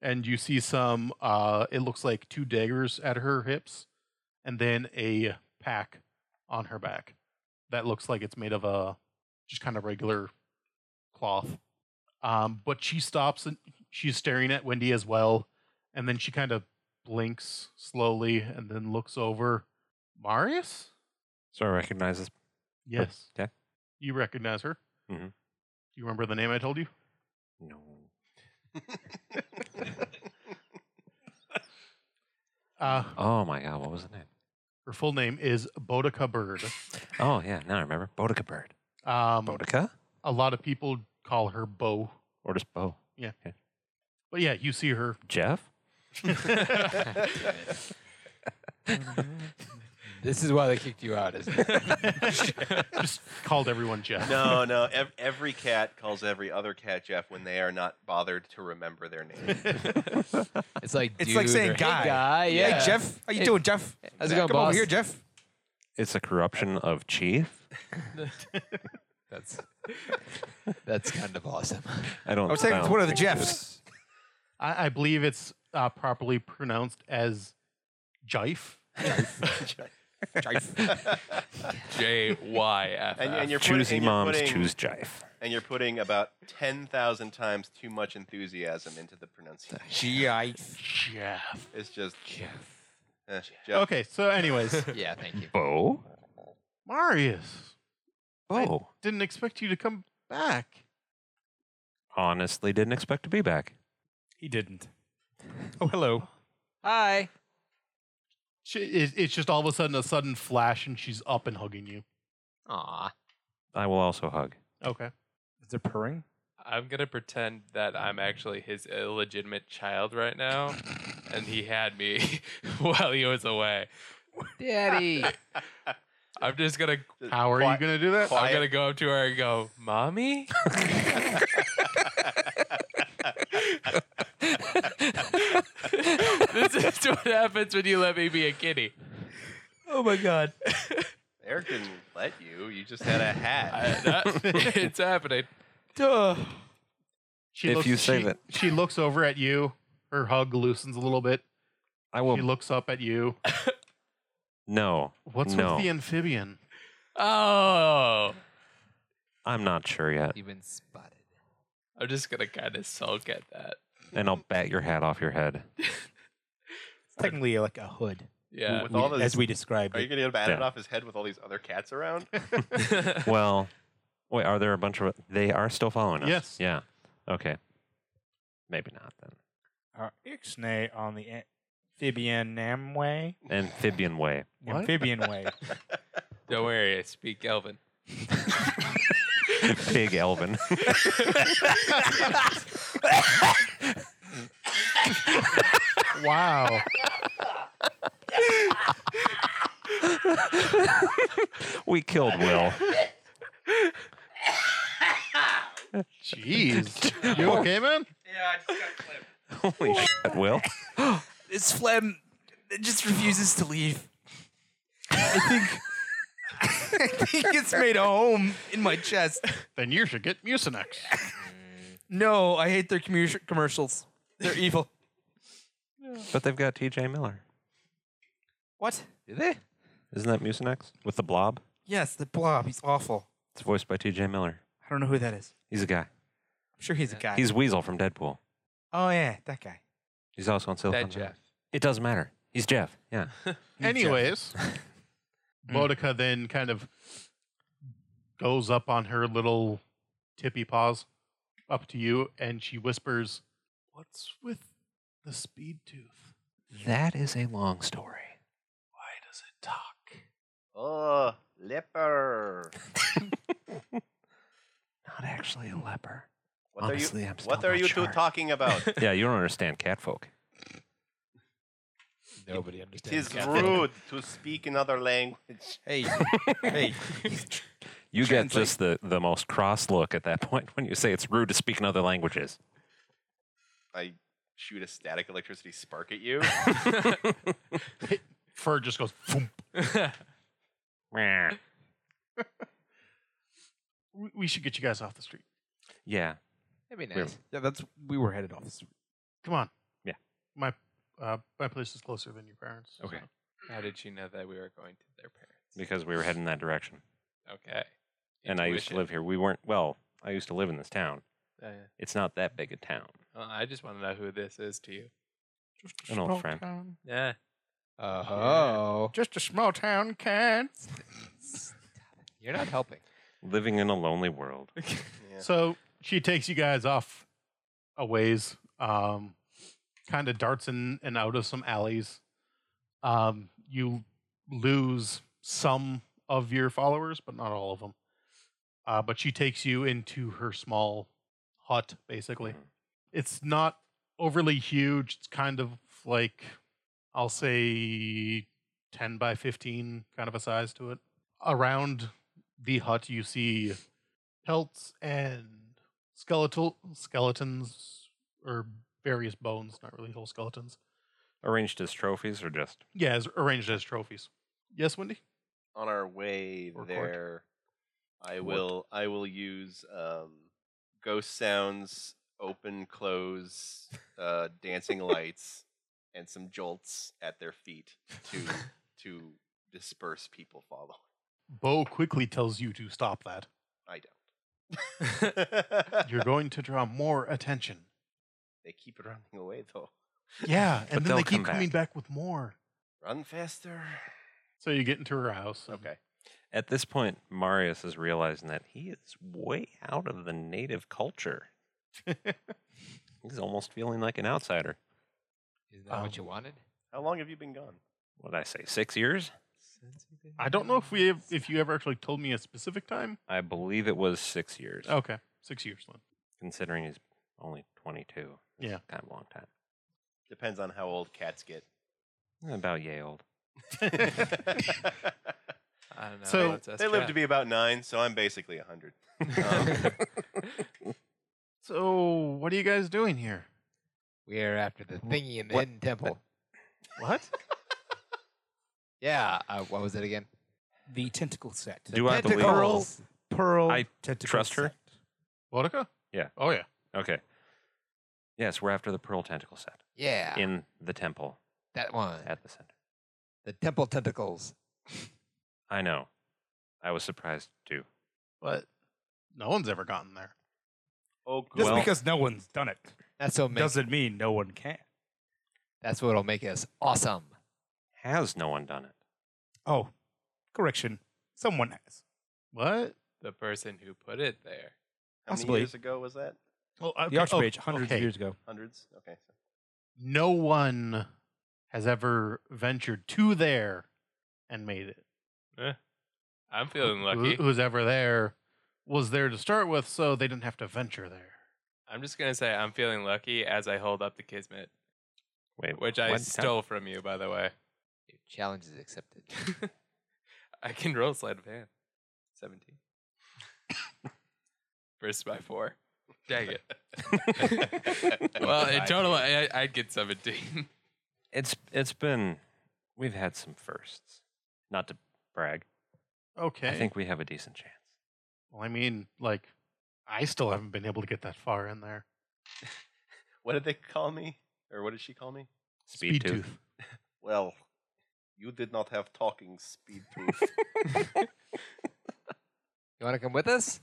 [SPEAKER 1] and you see some uh it looks like two daggers at her hips and then a pack on her back that looks like it's made of a just kind of regular cloth um but she stops and she's staring at wendy as well and then she kind of blinks slowly and then looks over marius
[SPEAKER 5] So I recognize this.
[SPEAKER 1] yes
[SPEAKER 5] Okay.
[SPEAKER 1] you recognize her
[SPEAKER 5] Mhm.
[SPEAKER 1] do you remember the name i told you
[SPEAKER 5] No.
[SPEAKER 1] Uh,
[SPEAKER 5] Oh my God, what was the name?
[SPEAKER 1] her full name is Bodica Bird.
[SPEAKER 5] Oh yeah, now I remember. Bodica Bird.
[SPEAKER 1] Um,
[SPEAKER 5] Bodica?
[SPEAKER 1] A lot of people call her Bo.
[SPEAKER 5] Or just Bo?
[SPEAKER 1] But yeah, you see
[SPEAKER 5] [laughs]
[SPEAKER 1] her.
[SPEAKER 5] Jeff?
[SPEAKER 7] [laughs] This is why they kicked you
[SPEAKER 2] [laughs]
[SPEAKER 7] out, isn't it?
[SPEAKER 1] Just called everyone Jeff.
[SPEAKER 6] no, no. Ev- every cat calls every other cat Jeff when they are not bothered to remember their name. [laughs]
[SPEAKER 7] It's like
[SPEAKER 8] It's like
[SPEAKER 7] dude
[SPEAKER 8] saying
[SPEAKER 7] or, "Hey,
[SPEAKER 8] guy."
[SPEAKER 7] guy.
[SPEAKER 8] Hey,
[SPEAKER 7] Yeah,
[SPEAKER 8] Jeff, how you
[SPEAKER 7] Hey,
[SPEAKER 8] doing, Jeff?
[SPEAKER 7] how's it going,
[SPEAKER 8] Come over
[SPEAKER 7] boss?
[SPEAKER 8] here, Jeff.
[SPEAKER 5] It's a corruption of chief.
[SPEAKER 7] That's that's kind of awesome.
[SPEAKER 5] I don't.
[SPEAKER 8] I was saying it's
[SPEAKER 5] don't
[SPEAKER 8] one of the
[SPEAKER 5] think it is.
[SPEAKER 8] Jeffs.
[SPEAKER 1] I, I believe it's uh, properly pronounced as Jife.
[SPEAKER 3] Jife.
[SPEAKER 4] J Y F.
[SPEAKER 6] and, and you're putting,
[SPEAKER 5] Choosy
[SPEAKER 6] and you're
[SPEAKER 5] moms
[SPEAKER 6] putting-
[SPEAKER 5] choose jive.
[SPEAKER 6] and you're putting about ten thousand times too much enthusiasm into
[SPEAKER 5] [laughs]
[SPEAKER 6] the pronunciation.
[SPEAKER 3] Jife.
[SPEAKER 1] Jeff.
[SPEAKER 6] It's just eh, Jeff.
[SPEAKER 1] Okay, so
[SPEAKER 5] [laughs]
[SPEAKER 1] anyways,
[SPEAKER 2] [laughs] Yeah, thank you.
[SPEAKER 5] Bo?
[SPEAKER 1] Marius, I-
[SPEAKER 5] Bo.
[SPEAKER 1] didn't expect you to come back.
[SPEAKER 5] Honestly, didn't expect to be back.
[SPEAKER 3] He didn't. Oh, hello.
[SPEAKER 4] Hi.
[SPEAKER 1] She, it, it's just all of a sudden a sudden flash, and she's up and hugging you.
[SPEAKER 2] Aw.
[SPEAKER 5] I will also hug.
[SPEAKER 1] Okay.
[SPEAKER 3] Is there purring?
[SPEAKER 4] I'm gonna pretend that I'm actually his illegitimate child right now, and he had me [laughs] while he was away.
[SPEAKER 8] [laughs]
[SPEAKER 2] Daddy.
[SPEAKER 4] I'm just gonna.
[SPEAKER 1] How are you going to do that?
[SPEAKER 4] I'm
[SPEAKER 6] Quiet.
[SPEAKER 4] gonna go up to her and go, "Mommy." [laughs] this is what happens when you let me be a kitty. Oh my god!
[SPEAKER 6] [laughs] Eric didn't let you. You just had a hat.
[SPEAKER 4] [laughs] it's happening.
[SPEAKER 1] She
[SPEAKER 5] If
[SPEAKER 1] looks,
[SPEAKER 5] you say
[SPEAKER 1] she,
[SPEAKER 5] that-
[SPEAKER 1] she looks over at you. Her hug loosens a little bit.
[SPEAKER 5] I will.
[SPEAKER 1] She looks up at you.
[SPEAKER 5] no,
[SPEAKER 1] What's
[SPEAKER 5] No.
[SPEAKER 1] with the amphibian?
[SPEAKER 4] Oh,
[SPEAKER 5] I'm not sure yet.
[SPEAKER 2] You've been spotted.
[SPEAKER 4] I'm just gonna kind of sulk at that.
[SPEAKER 5] And I'll bat your hat off your
[SPEAKER 1] [laughs]
[SPEAKER 5] head.
[SPEAKER 8] It's technically like a hood,
[SPEAKER 4] Yeah.
[SPEAKER 6] with all the,
[SPEAKER 8] as we described
[SPEAKER 6] are you
[SPEAKER 8] it.
[SPEAKER 6] gonna get batted
[SPEAKER 5] Yeah.
[SPEAKER 6] off his head with all these other cats around? [laughs]
[SPEAKER 5] Well, wait, are there a bunch of. They are still following us?
[SPEAKER 1] Yes.
[SPEAKER 5] Yeah. Okay. Maybe not then.
[SPEAKER 8] Uh, Ixnay on the amphibian nam way,
[SPEAKER 5] Amphibian
[SPEAKER 1] [laughs]
[SPEAKER 5] way.
[SPEAKER 8] amphibian way.
[SPEAKER 4] [laughs] Don't worry, I speak Elvin.
[SPEAKER 5] Big Elvin. [laughs]
[SPEAKER 1] Wow.
[SPEAKER 5] we killed Will. [laughs]
[SPEAKER 1] Jeez.
[SPEAKER 5] [laughs]
[SPEAKER 1] You okay, man?
[SPEAKER 5] Holy shit, Will.
[SPEAKER 8] [laughs] this phlegm it just refuses to leave. I think [laughs] I think it's made a home in my chest.
[SPEAKER 1] Then you should get Mucinex.
[SPEAKER 8] No, I hate their commu- commercials. They're evil.
[SPEAKER 5] But they've got TJ Miller.
[SPEAKER 8] What?
[SPEAKER 2] Do they?
[SPEAKER 5] Isn't that Mucinex? With the blob?
[SPEAKER 8] Yes, the blob. He's awful.
[SPEAKER 5] It's voiced by TJ Miller.
[SPEAKER 8] I don't know who that is.
[SPEAKER 5] He's a guy.
[SPEAKER 8] I'm sure he's a guy.
[SPEAKER 5] He's Weasel from Deadpool.
[SPEAKER 8] oh yeah, that guy.
[SPEAKER 5] He's also on Silicon
[SPEAKER 4] That
[SPEAKER 5] Valley.
[SPEAKER 4] Jeff.
[SPEAKER 5] It doesn't matter. He's Jeff. [laughs] Yeah. [laughs] Mm.
[SPEAKER 1] Anyways, Bodica then kind of goes up on her little tippy paws up to you and she whispers, What's with the speed tooth?
[SPEAKER 5] That is a long story.
[SPEAKER 1] Why does it talk?
[SPEAKER 6] oh, leper.
[SPEAKER 5] Not actually a leper.
[SPEAKER 6] What
[SPEAKER 5] Honestly,
[SPEAKER 6] are you?
[SPEAKER 5] I'm still
[SPEAKER 6] what are
[SPEAKER 5] not
[SPEAKER 6] you
[SPEAKER 5] sure.
[SPEAKER 6] two talking about?
[SPEAKER 5] [laughs] Yeah, you don't understand catfolk.
[SPEAKER 2] Nobody
[SPEAKER 6] it
[SPEAKER 2] understands.
[SPEAKER 6] is
[SPEAKER 2] cat
[SPEAKER 7] [laughs]
[SPEAKER 2] folk.
[SPEAKER 6] rude to speak another language.
[SPEAKER 8] Hey,
[SPEAKER 2] [laughs]
[SPEAKER 8] hey.
[SPEAKER 5] You get just the, the most cross look at that [laughs] point when you say it's rude to speak in other
[SPEAKER 6] [laughs]
[SPEAKER 5] languages. [laughs]
[SPEAKER 6] I shoot a static electricity spark at
[SPEAKER 5] [laughs]
[SPEAKER 6] you.
[SPEAKER 1] Fur just goes, "Foom."
[SPEAKER 5] Meh.
[SPEAKER 1] We- We should get you guys off the street.
[SPEAKER 5] yeah.
[SPEAKER 2] That'd be nice.
[SPEAKER 8] Yeah, that's we were headed off.
[SPEAKER 1] Come on.
[SPEAKER 5] Yeah.
[SPEAKER 1] My uh, my place is closer than your parents.
[SPEAKER 5] Okay.
[SPEAKER 1] so.
[SPEAKER 4] How did she know that we were going to their parents?
[SPEAKER 5] Because we were heading that direction.
[SPEAKER 4] Okay.
[SPEAKER 5] And I used to
[SPEAKER 4] Intuition.
[SPEAKER 5] live here. We weren't, well, I used to live in this town.
[SPEAKER 4] Yeah, yeah.
[SPEAKER 5] It's not that big a town.
[SPEAKER 4] Well, I just want to know who this is to you.
[SPEAKER 5] An old friend.
[SPEAKER 4] Yeah.
[SPEAKER 7] Uh
[SPEAKER 1] Just a small town can.
[SPEAKER 2] You're not helping.
[SPEAKER 5] Living in a lonely world.
[SPEAKER 6] [laughs] Yeah.
[SPEAKER 1] So she takes you guys off a ways, um, kind of darts in and out of some alleys. Um, you lose some of your followers, but not all of them. Uh, but she takes you into her small hut, basically.
[SPEAKER 5] Mhm.
[SPEAKER 1] It's not overly huge. It's kind of like, I'll say, 10 by 15 kind of a size to it. Around the hut, you see pelts and skeletal skeletons or various bones, not really whole skeletons.
[SPEAKER 5] Arranged as trophies or just
[SPEAKER 1] Yeah, as arranged as trophies. Yes, Wendy.
[SPEAKER 6] on our way
[SPEAKER 1] Or court.
[SPEAKER 6] there, I
[SPEAKER 5] Court.
[SPEAKER 6] will I will use um, ghost sounds, open close, uh,
[SPEAKER 1] [laughs]
[SPEAKER 6] dancing lights, and some jolts at their feet to to disperse people follow.
[SPEAKER 1] Bo quickly tells you to stop that.
[SPEAKER 6] I don't.
[SPEAKER 1] [laughs]
[SPEAKER 6] [laughs]
[SPEAKER 1] You're going to draw more attention.
[SPEAKER 6] they keep running away though.
[SPEAKER 1] [laughs] Yeah,
[SPEAKER 5] But
[SPEAKER 1] and then
[SPEAKER 5] they'll
[SPEAKER 1] they keep
[SPEAKER 5] come back.
[SPEAKER 1] coming back with more.
[SPEAKER 6] Run faster.
[SPEAKER 1] So you get into her house. [laughs] and
[SPEAKER 6] Okay.
[SPEAKER 5] At this point, Marius is realizing that he is way out of the native culture. He's almost feeling like an outsider.
[SPEAKER 2] Isn't that
[SPEAKER 8] Oh.
[SPEAKER 2] what you wanted?
[SPEAKER 6] How long have you been gone?
[SPEAKER 5] What did I say? Six years?
[SPEAKER 1] I don't know if we have, if you ever actually told me a specific time.
[SPEAKER 5] I believe it was six years.
[SPEAKER 1] Okay, six years then.
[SPEAKER 5] Considering he's only 22. It's
[SPEAKER 1] Yeah.
[SPEAKER 5] Kind of a long time.
[SPEAKER 6] Depends on how old cats
[SPEAKER 1] [laughs]
[SPEAKER 6] get. [laughs]
[SPEAKER 5] About yay old.
[SPEAKER 6] they
[SPEAKER 4] I don't know.
[SPEAKER 1] So,
[SPEAKER 4] that's- that's
[SPEAKER 6] live to
[SPEAKER 4] cat.
[SPEAKER 6] be about nine, so I'm basically a hundred.
[SPEAKER 1] So what are you guys doing here?
[SPEAKER 7] We are after the thingy in the
[SPEAKER 5] what-
[SPEAKER 7] hidden temple.
[SPEAKER 1] What?
[SPEAKER 7] [laughs] Yeah. Uh, what was it again?
[SPEAKER 8] The tentacle set.
[SPEAKER 5] Do I believe
[SPEAKER 7] Tentacles.
[SPEAKER 8] Pearl.
[SPEAKER 5] I
[SPEAKER 8] tentacle
[SPEAKER 5] trust her?
[SPEAKER 8] set.
[SPEAKER 1] Vodka?
[SPEAKER 5] Yeah.
[SPEAKER 1] Oh yeah.
[SPEAKER 5] Okay. Yes, we're after the pearl tentacle set
[SPEAKER 7] Yeah.
[SPEAKER 5] in the temple
[SPEAKER 7] that one.
[SPEAKER 5] at the center.
[SPEAKER 7] The temple tentacles.
[SPEAKER 5] I know. I was surprised too.
[SPEAKER 1] But no one's ever gotten there.
[SPEAKER 6] oh,
[SPEAKER 3] Just
[SPEAKER 5] Well-
[SPEAKER 3] because no one's done it
[SPEAKER 7] That's what makes.
[SPEAKER 3] doesn't mean no one can.
[SPEAKER 7] That's what'll make us awesome.
[SPEAKER 5] Has no one done it?
[SPEAKER 3] Oh, correction. Someone has.
[SPEAKER 1] What?
[SPEAKER 4] the person who put it there.
[SPEAKER 6] how many
[SPEAKER 3] possibly.
[SPEAKER 6] years ago was that?
[SPEAKER 1] Well, okay,
[SPEAKER 3] The Archmage,
[SPEAKER 1] oh,
[SPEAKER 3] hundreds
[SPEAKER 1] okay.
[SPEAKER 3] of years ago.
[SPEAKER 6] Hundreds. Okay.
[SPEAKER 1] No one has ever ventured to there and made it.
[SPEAKER 4] I'm feeling
[SPEAKER 1] Who-
[SPEAKER 4] lucky.
[SPEAKER 1] Who's ever there was there to start with, so they didn't have to venture there.
[SPEAKER 4] I'm just gonna say I'm feeling lucky as I hold up the kismet,
[SPEAKER 5] Wait,
[SPEAKER 4] which I
[SPEAKER 5] what?
[SPEAKER 4] stole from you, by the way. [laughs]
[SPEAKER 7] Your challenge is accepted. [laughs]
[SPEAKER 4] I can roll sleight of hand.
[SPEAKER 5] [coughs]
[SPEAKER 4] Seventeen. Versus by four. Dang it. [laughs] well, in total, I, I- I'd get seventeen. [laughs]
[SPEAKER 5] It's it's been we've had some firsts. Not to brag.
[SPEAKER 1] Okay.
[SPEAKER 5] I think we have a decent chance.
[SPEAKER 1] Well, I mean, like, I still haven't been able to get that far in there.
[SPEAKER 6] What did they call me? Or what did she call me?
[SPEAKER 5] Speed, tooth.
[SPEAKER 6] Well, you did not have talking speed tooth.
[SPEAKER 7] You want to come with us?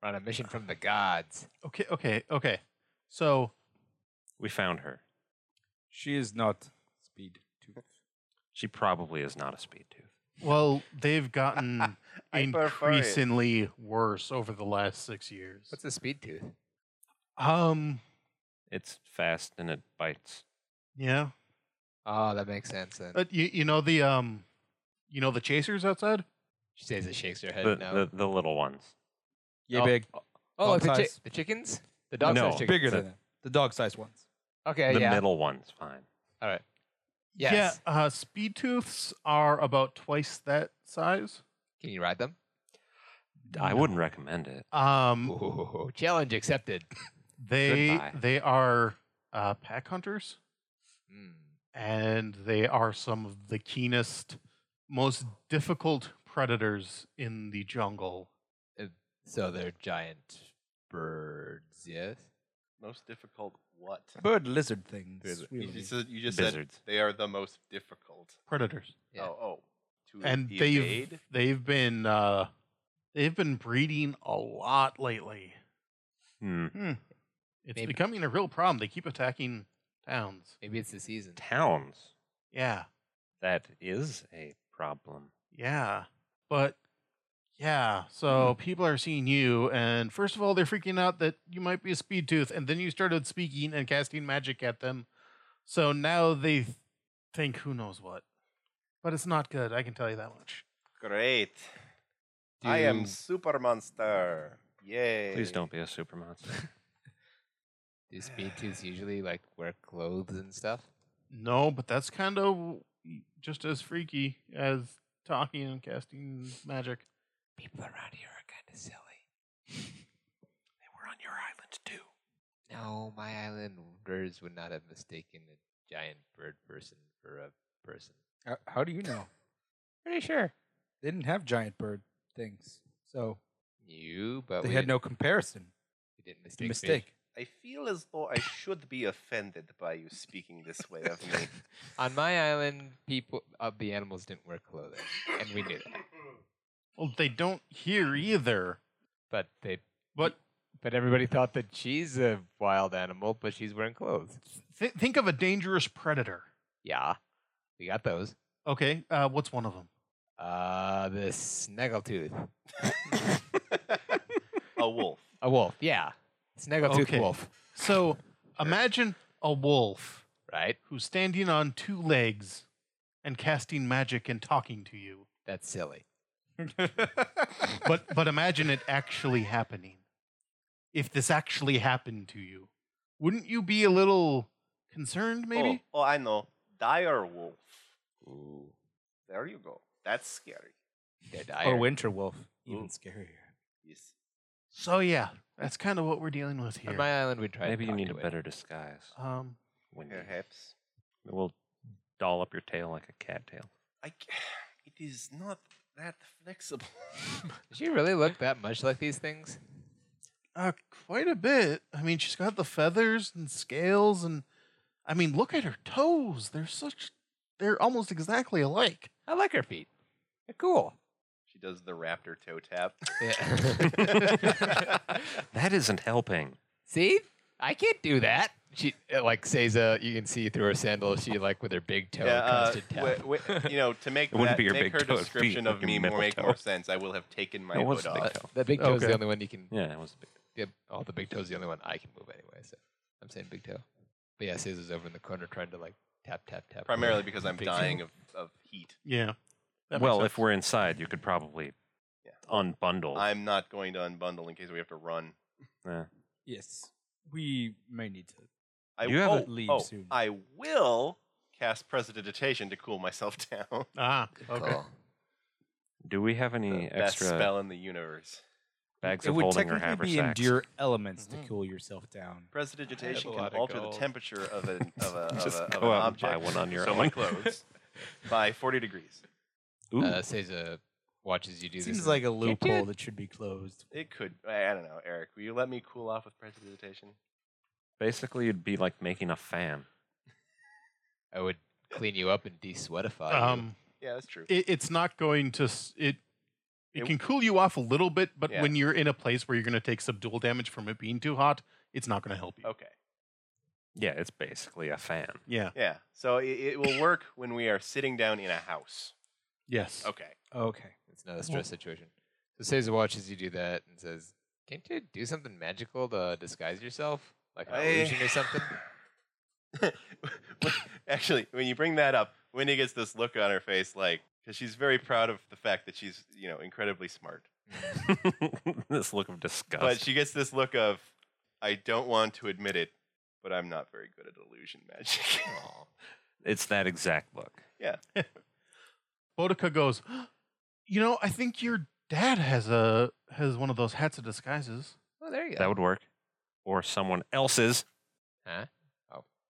[SPEAKER 7] We're on a mission from the gods.
[SPEAKER 1] Okay, okay, okay. So
[SPEAKER 5] We found her.
[SPEAKER 3] She is not speed tooth.
[SPEAKER 5] She probably is not a speed tooth.
[SPEAKER 1] Well, they've gotten
[SPEAKER 6] I prefer it.
[SPEAKER 1] increasingly worse over the last six years.
[SPEAKER 7] What's a speed tooth?
[SPEAKER 1] Um,
[SPEAKER 5] It's fast and it bites.
[SPEAKER 1] yeah,
[SPEAKER 7] Oh, that makes sense. Then
[SPEAKER 5] Uh,
[SPEAKER 1] but you you know the um, you know the chasers outside.
[SPEAKER 7] she says it shakes her head.
[SPEAKER 5] The,
[SPEAKER 7] no.
[SPEAKER 5] the the little ones.
[SPEAKER 3] Yay big.
[SPEAKER 7] oh, like the,
[SPEAKER 3] dog
[SPEAKER 7] chi-
[SPEAKER 3] size.
[SPEAKER 7] the chickens? The dog
[SPEAKER 5] No.
[SPEAKER 7] size chickens.
[SPEAKER 3] Bigger than that. The dog sized ones.
[SPEAKER 7] Okay,
[SPEAKER 5] the
[SPEAKER 7] yeah.
[SPEAKER 5] middle one's fine.
[SPEAKER 7] Yes.
[SPEAKER 1] Yeah, uh, speed tooths are about twice that size.
[SPEAKER 7] Can you ride them?
[SPEAKER 5] I
[SPEAKER 1] No.
[SPEAKER 5] wouldn't recommend it.
[SPEAKER 1] Um,
[SPEAKER 7] Ooh, [laughs] challenge accepted.
[SPEAKER 1] they
[SPEAKER 5] Goodbye.
[SPEAKER 1] they are uh, pack hunters.
[SPEAKER 7] Mm.
[SPEAKER 1] and they are some of the keenest, most difficult predators in the jungle.
[SPEAKER 7] So they're giant birds, yes?
[SPEAKER 6] most difficult what?
[SPEAKER 3] Bird lizard things.
[SPEAKER 6] You
[SPEAKER 3] really.
[SPEAKER 6] just, said- you just said
[SPEAKER 5] Lizards.
[SPEAKER 6] they are the most difficult.
[SPEAKER 1] Predators,
[SPEAKER 7] Yeah.
[SPEAKER 6] Oh, oh. To
[SPEAKER 1] and they've
[SPEAKER 6] evade?
[SPEAKER 1] they've been uh, they've been breeding a lot lately.
[SPEAKER 5] Hmm.
[SPEAKER 1] It's
[SPEAKER 7] Maybe.
[SPEAKER 1] becoming a real problem. They keep attacking towns.
[SPEAKER 7] Maybe it's the season.
[SPEAKER 5] Towns.
[SPEAKER 1] Yeah,
[SPEAKER 5] That is a problem.
[SPEAKER 1] yeah, but yeah. So people are seeing you, and first of all, they're freaking out that you might be a speed tooth, and then you started speaking and casting magic at them. So now they th- think who knows what. But it's not good, I can tell you that much.
[SPEAKER 6] Great. I am
[SPEAKER 7] Do-
[SPEAKER 6] super monster. Yay.
[SPEAKER 5] Please don't be a super monster.
[SPEAKER 7] [laughs] Do speed tooths usually like wear clothes and stuff?
[SPEAKER 1] No, but that's kind of just as freaky as talking and casting magic.
[SPEAKER 7] People around here are kind of silly. [laughs] they were on your island too. No, my islanders would not have mistaken a giant bird person for a person.
[SPEAKER 3] How, how do you know? Pretty sure. They didn't have giant bird things. So
[SPEAKER 7] You, but
[SPEAKER 3] they
[SPEAKER 7] we
[SPEAKER 3] had
[SPEAKER 7] didn't-
[SPEAKER 3] no comparison.
[SPEAKER 7] we didn't
[SPEAKER 3] It's a
[SPEAKER 7] mistake. fish.
[SPEAKER 3] mistake.
[SPEAKER 6] I I feel as though I should be offended by you speaking this way of me.
[SPEAKER 7] On my island, people of the animals didn't wear clothing, and we knew that.
[SPEAKER 1] Well, they don't hear either.
[SPEAKER 7] But they,
[SPEAKER 1] But
[SPEAKER 7] but everybody thought that she's a wild animal, but she's wearing clothes.
[SPEAKER 1] th- think of a dangerous predator.
[SPEAKER 7] Yeah, we got those.
[SPEAKER 1] Okay, uh, what's one of them?
[SPEAKER 7] Uh, the snaggletooth,
[SPEAKER 6] A wolf.
[SPEAKER 7] a wolf. Yeah, snaggletooth
[SPEAKER 1] Okay.
[SPEAKER 7] wolf.
[SPEAKER 1] So imagine a wolf
[SPEAKER 7] Right.
[SPEAKER 1] who's standing on two legs and casting magic and talking to you.
[SPEAKER 7] That's silly.
[SPEAKER 1] But but imagine it actually happening. If this actually happened to you, wouldn't you be a little concerned? Maybe.
[SPEAKER 6] Oh, oh, I know. Dire wolf. There you go. That's scary.
[SPEAKER 7] They're
[SPEAKER 3] Or
[SPEAKER 7] dire.
[SPEAKER 3] winter wolf.
[SPEAKER 8] Even scarier.
[SPEAKER 6] Yes.
[SPEAKER 1] So yeah, that's kind of what we're dealing with
[SPEAKER 7] On
[SPEAKER 1] here.
[SPEAKER 7] my island, we tried.
[SPEAKER 5] Maybe
[SPEAKER 7] to
[SPEAKER 5] you
[SPEAKER 7] talk
[SPEAKER 5] need a
[SPEAKER 7] to it.
[SPEAKER 5] better disguise.
[SPEAKER 1] um,
[SPEAKER 5] When you,
[SPEAKER 6] Perhaps.
[SPEAKER 5] we'll doll up your tail like a cattail. [laughs]
[SPEAKER 6] I c- [sighs] it is not that flexible. [laughs]
[SPEAKER 7] Does she really look that much like these things?
[SPEAKER 1] uh, quite a bit. I mean, she's got the feathers and scales, and I mean, look at her toes. They're such. They're almost exactly alike.
[SPEAKER 7] I like her feet. They're cool.
[SPEAKER 6] she does the raptor toe tap.
[SPEAKER 5] [laughs] That isn't helping.
[SPEAKER 7] [laughs] See, I can't do that. She uh, like says, uh, you can see through her sandals. She like with her big toe
[SPEAKER 6] [laughs] yeah, uh,
[SPEAKER 7] constant tap.
[SPEAKER 6] w- w- you know, to make
[SPEAKER 5] [laughs] It wouldn't
[SPEAKER 6] that,
[SPEAKER 5] be your big
[SPEAKER 6] make her
[SPEAKER 5] toe, it'd be
[SPEAKER 6] description
[SPEAKER 5] like
[SPEAKER 6] of
[SPEAKER 5] your
[SPEAKER 6] me more
[SPEAKER 5] middle
[SPEAKER 6] make
[SPEAKER 5] toe.
[SPEAKER 6] more sense, I will have taken my
[SPEAKER 5] it was
[SPEAKER 6] hood
[SPEAKER 5] a big
[SPEAKER 6] off.
[SPEAKER 5] toe.
[SPEAKER 7] the big toe's
[SPEAKER 1] okay.
[SPEAKER 7] the only one you can.
[SPEAKER 5] Yeah, it was a big
[SPEAKER 7] Yeah, oh, the big toe's the only one I can move anyway. So I'm saying big toe. But yeah, Caesar's over in the corner trying to like tap tap tap.
[SPEAKER 6] Primarily because I'm
[SPEAKER 7] Big toe.
[SPEAKER 6] dying of, of heat.
[SPEAKER 1] Yeah. That makes
[SPEAKER 5] Well,
[SPEAKER 1] sense.
[SPEAKER 5] if we're inside, you could probably
[SPEAKER 6] Yeah.
[SPEAKER 5] unbundle.
[SPEAKER 6] I'm not going to unbundle in case we have to run.
[SPEAKER 5] Yeah.
[SPEAKER 8] Yes. We may need to.
[SPEAKER 6] I
[SPEAKER 5] You
[SPEAKER 6] oh,
[SPEAKER 5] haven't-
[SPEAKER 8] Leave
[SPEAKER 6] oh,
[SPEAKER 8] soon.
[SPEAKER 6] I will cast presidigitation to cool myself [laughs] down.
[SPEAKER 1] ah okay.
[SPEAKER 7] Cool.
[SPEAKER 5] Do we have any
[SPEAKER 6] the best
[SPEAKER 5] extra
[SPEAKER 6] spell in the universe.
[SPEAKER 5] bags
[SPEAKER 3] it
[SPEAKER 5] of
[SPEAKER 3] would
[SPEAKER 5] holding or
[SPEAKER 3] technically be
[SPEAKER 5] haversacks?
[SPEAKER 3] endure elements
[SPEAKER 6] Mhm.
[SPEAKER 7] Mm.
[SPEAKER 3] to cool yourself down.
[SPEAKER 6] Prestidigitation
[SPEAKER 4] I have a lot
[SPEAKER 6] can
[SPEAKER 4] of
[SPEAKER 6] alter the
[SPEAKER 4] gold.
[SPEAKER 6] temperature
[SPEAKER 4] [laughs]
[SPEAKER 6] of an of a, of
[SPEAKER 5] Just
[SPEAKER 6] a, of
[SPEAKER 5] go
[SPEAKER 6] an
[SPEAKER 5] out and buy
[SPEAKER 6] object.
[SPEAKER 5] one on your
[SPEAKER 6] so
[SPEAKER 5] own. [laughs]
[SPEAKER 6] my clothes by forty degrees.
[SPEAKER 5] Ooh,
[SPEAKER 7] Uh, Caesar watches you do this.
[SPEAKER 8] Seems
[SPEAKER 7] and-
[SPEAKER 8] like a
[SPEAKER 7] Can't do it.
[SPEAKER 8] loophole that should be closed.
[SPEAKER 6] It could. I I don't know, Eric. Will you let me cool off with prestidigitation?
[SPEAKER 5] basically, it'd be like making a fan.
[SPEAKER 7] I would clean you up and de-sweatify
[SPEAKER 1] Um,
[SPEAKER 6] Yeah, that's true.
[SPEAKER 1] it, it's not going to s- it. It
[SPEAKER 6] It-
[SPEAKER 1] can cool you off a little bit, but
[SPEAKER 6] Yeah.
[SPEAKER 1] when you're in a place where you're going to take subdual damage from it being too hot, it's not going to help you.
[SPEAKER 6] Okay.
[SPEAKER 5] Yeah, it's basically a fan.
[SPEAKER 1] Yeah.
[SPEAKER 6] Yeah. So it, it will work when we are sitting down in a house.
[SPEAKER 1] Yes.
[SPEAKER 6] Okay.
[SPEAKER 3] Okay.
[SPEAKER 7] you. It's not a stress situation. So Caesar watches you do that and says, "Can't you do something magical to disguise yourself, like an
[SPEAKER 6] I-
[SPEAKER 7] illusion or something?"
[SPEAKER 6] [laughs]
[SPEAKER 7] [laughs]
[SPEAKER 6] Actually, when you bring that up, Wendy gets this look on her face, like because she's very proud of the fact that she's you know incredibly smart.
[SPEAKER 5] [laughs] this look of disgust.
[SPEAKER 6] But she gets this look of, I don't want to admit it, but I'm not very good at illusion magic. [laughs]
[SPEAKER 7] Aw.
[SPEAKER 5] it's that exact look.
[SPEAKER 1] Bodica goes. You know, I think your dad has a has one of those hats of disguises.
[SPEAKER 7] Oh, there you go.
[SPEAKER 5] That would work. Or someone else's.
[SPEAKER 7] Huh?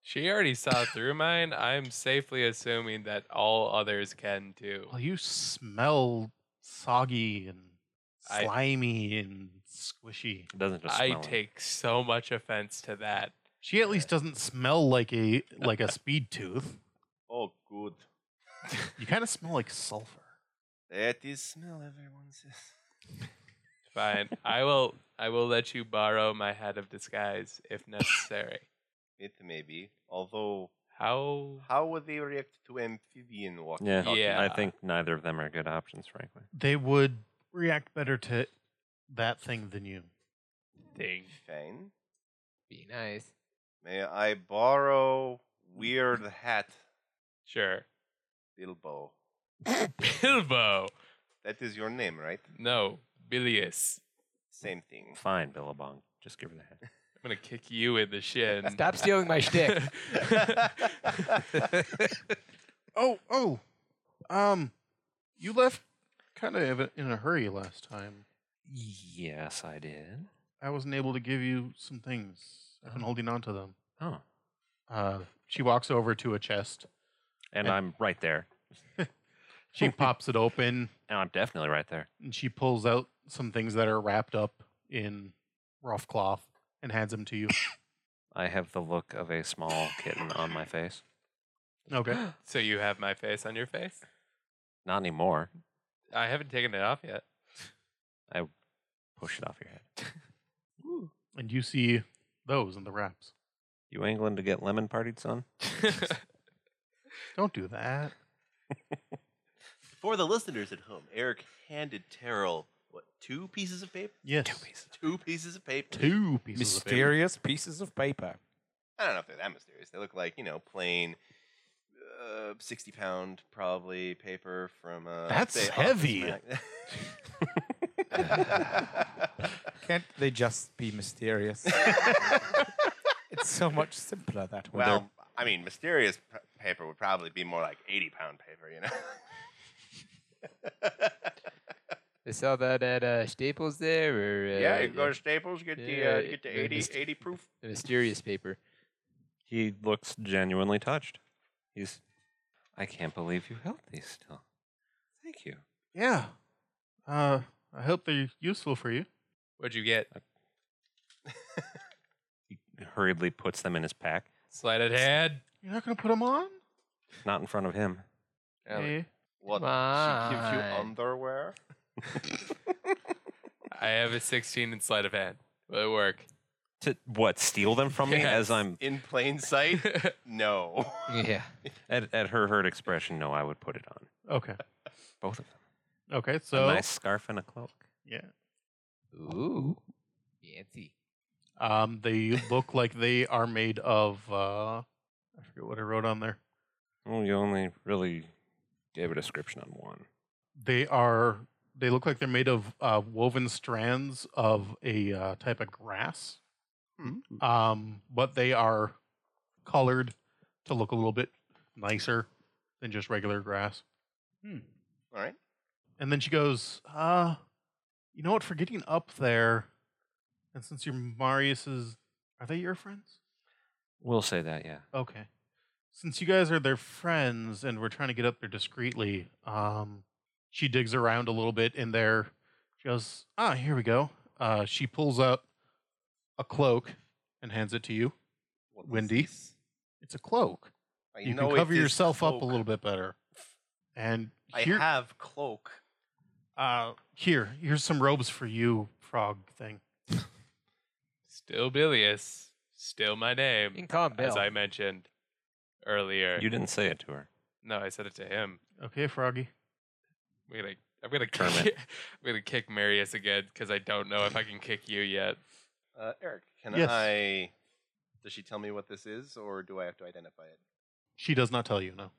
[SPEAKER 4] She already saw through mine. I'm safely assuming that all others can too.
[SPEAKER 1] Well, you smell soggy and
[SPEAKER 4] I-
[SPEAKER 1] slimy and squishy.
[SPEAKER 5] It doesn't just
[SPEAKER 4] I
[SPEAKER 5] smell it.
[SPEAKER 4] take so much offense to that.
[SPEAKER 1] She at least doesn't smell like a like
[SPEAKER 6] [laughs]
[SPEAKER 1] a speed tooth.
[SPEAKER 6] oh, good.
[SPEAKER 1] You kind of smell like sulfur.
[SPEAKER 6] That is smell, everyone says.
[SPEAKER 4] Fine. I will I will let you borrow my hat of disguise if necessary.
[SPEAKER 6] It may be. Although,
[SPEAKER 4] How
[SPEAKER 6] how would they react to amphibian walking?
[SPEAKER 5] Yeah,
[SPEAKER 6] talking?
[SPEAKER 4] Yeah.
[SPEAKER 5] I think neither of them are good options, frankly.
[SPEAKER 1] They would react better to that thing than you.
[SPEAKER 4] thing.
[SPEAKER 6] Fine.
[SPEAKER 7] Be nice.
[SPEAKER 6] May I borrow weird hat,
[SPEAKER 4] Sure.
[SPEAKER 6] Bilbo?
[SPEAKER 4] Bilbo.
[SPEAKER 6] That is your name, right?
[SPEAKER 4] No, Bilius.
[SPEAKER 6] Same [laughs] thing.
[SPEAKER 5] Fine, Billabong. Just give her the hat.
[SPEAKER 4] I'm gonna kick you in the shin.
[SPEAKER 7] Stop stealing my [laughs] shtick.
[SPEAKER 1] Oh, oh. Um, you left kind of in a hurry last time.
[SPEAKER 5] Yes, I did.
[SPEAKER 1] I wasn't able to give you some things. I've been holding on to them.
[SPEAKER 5] Oh.
[SPEAKER 1] Uh, she walks over to a chest.
[SPEAKER 5] And
[SPEAKER 1] And-
[SPEAKER 5] I'm right there.
[SPEAKER 1] She pops it open
[SPEAKER 5] And I'm definitely right there.
[SPEAKER 1] and she pulls out some things that are wrapped up in rough cloth. and hands him to
[SPEAKER 6] [coughs]
[SPEAKER 1] you.
[SPEAKER 5] I have the look of a small kitten on my face.
[SPEAKER 1] Okay.
[SPEAKER 4] [laughs] So you have my face on your face?
[SPEAKER 5] Not anymore.
[SPEAKER 4] I haven't taken it off yet. [laughs]
[SPEAKER 5] Push it off your head.
[SPEAKER 1] And you see those in the wraps.
[SPEAKER 5] You angling to get lemon partied, son?
[SPEAKER 1] Don't do that.
[SPEAKER 6] For the listeners at home, Eric handed Terrell what two pieces of paper?
[SPEAKER 1] Yes.
[SPEAKER 6] Two pieces of paper.
[SPEAKER 1] Two pieces of
[SPEAKER 3] Mysterious pieces of paper.
[SPEAKER 6] I don't know if they're that mysterious. They look like you know plain, uh, sixty pound probably paper from. Uh,
[SPEAKER 1] That's
[SPEAKER 6] say, Office
[SPEAKER 1] heavy. [laughs]
[SPEAKER 6] Mag-
[SPEAKER 3] Can't they just
[SPEAKER 7] [laughs]
[SPEAKER 3] be mysterious? it's so much simpler that way.
[SPEAKER 6] well, I mean, mysterious p- paper would probably be more like eighty pound paper, [laughs] you know.
[SPEAKER 7] They sell that at uh, Staples there, or uh,
[SPEAKER 6] yeah, you can go to Staples, get the uh,
[SPEAKER 7] yeah,
[SPEAKER 6] get the
[SPEAKER 7] they're
[SPEAKER 6] 80,
[SPEAKER 7] just-
[SPEAKER 6] 80 proof.
[SPEAKER 7] the mysterious paper. [laughs]
[SPEAKER 5] He looks genuinely touched. He's. I can't believe you held these still. Thank you.
[SPEAKER 1] Yeah. Uh, I hope they're useful for you.
[SPEAKER 4] What'd you get?
[SPEAKER 5] He hurriedly puts them in his pack,
[SPEAKER 4] Slighted hand?
[SPEAKER 1] You're not going to put them on?
[SPEAKER 5] not in front of him.
[SPEAKER 1] Eh.
[SPEAKER 6] What? She gives you
[SPEAKER 7] Come on.
[SPEAKER 6] underwear.
[SPEAKER 4] I have a 16 in sleight of hand. Will it work? [laughs]
[SPEAKER 5] To what? Steal them from me as
[SPEAKER 4] Yes.
[SPEAKER 5] I'm
[SPEAKER 6] in plain sight?
[SPEAKER 1] [laughs]
[SPEAKER 6] no. [laughs]
[SPEAKER 7] Yeah.
[SPEAKER 5] at, at her hurt expression. No, I would put it on
[SPEAKER 1] Okay.
[SPEAKER 5] both of them.
[SPEAKER 1] Okay.
[SPEAKER 5] a
[SPEAKER 1] So,
[SPEAKER 5] nice scarf and a cloak.
[SPEAKER 1] yeah.
[SPEAKER 7] Ooh. Fancy.
[SPEAKER 1] Um, they look like they are made of, uh, I forget what I wrote on there.
[SPEAKER 5] Well, you only really gave a description on one.
[SPEAKER 1] They are, they look like they're made of uh, woven strands of a uh, type of grass. Um, but they are colored to look a little bit nicer than just regular grass.
[SPEAKER 6] All right.
[SPEAKER 1] And then she goes, uh, you know what? For getting up there, and since you're Marius's, are they your friends?
[SPEAKER 5] We'll say that, yeah.
[SPEAKER 1] Okay. Since you guys are their friends and we're trying to get up there discreetly, um, she digs around a little bit in there. She goes, ah, here we go. Uh, she pulls out a cloak and hands it to you.
[SPEAKER 6] What is
[SPEAKER 1] Windy.
[SPEAKER 6] this?
[SPEAKER 1] It's a cloak.
[SPEAKER 6] I
[SPEAKER 1] You
[SPEAKER 6] know
[SPEAKER 1] can
[SPEAKER 6] it
[SPEAKER 1] cover
[SPEAKER 6] is
[SPEAKER 1] yourself up a
[SPEAKER 6] cloak.
[SPEAKER 1] little bit better. And
[SPEAKER 6] I
[SPEAKER 1] here,
[SPEAKER 6] have cloak.
[SPEAKER 1] uh, here, here's some robes for you, frog thing.
[SPEAKER 4] Still Bilious. Still my
[SPEAKER 7] You can
[SPEAKER 4] name,
[SPEAKER 7] call him Bill.
[SPEAKER 4] as I mentioned earlier.
[SPEAKER 5] You didn't say it to her.
[SPEAKER 4] no, I said it to him.
[SPEAKER 1] Okay, froggy.
[SPEAKER 4] I'm gonna, I'm gonna
[SPEAKER 5] Kermit.
[SPEAKER 4] kick, [laughs] I'm gonna kick Marius again because I don't know if I can kick you yet.
[SPEAKER 6] Uh, Eric, can
[SPEAKER 1] Yes.
[SPEAKER 6] I? Does she tell me what this is, or do I have to identify it?
[SPEAKER 1] She does not tell you, no.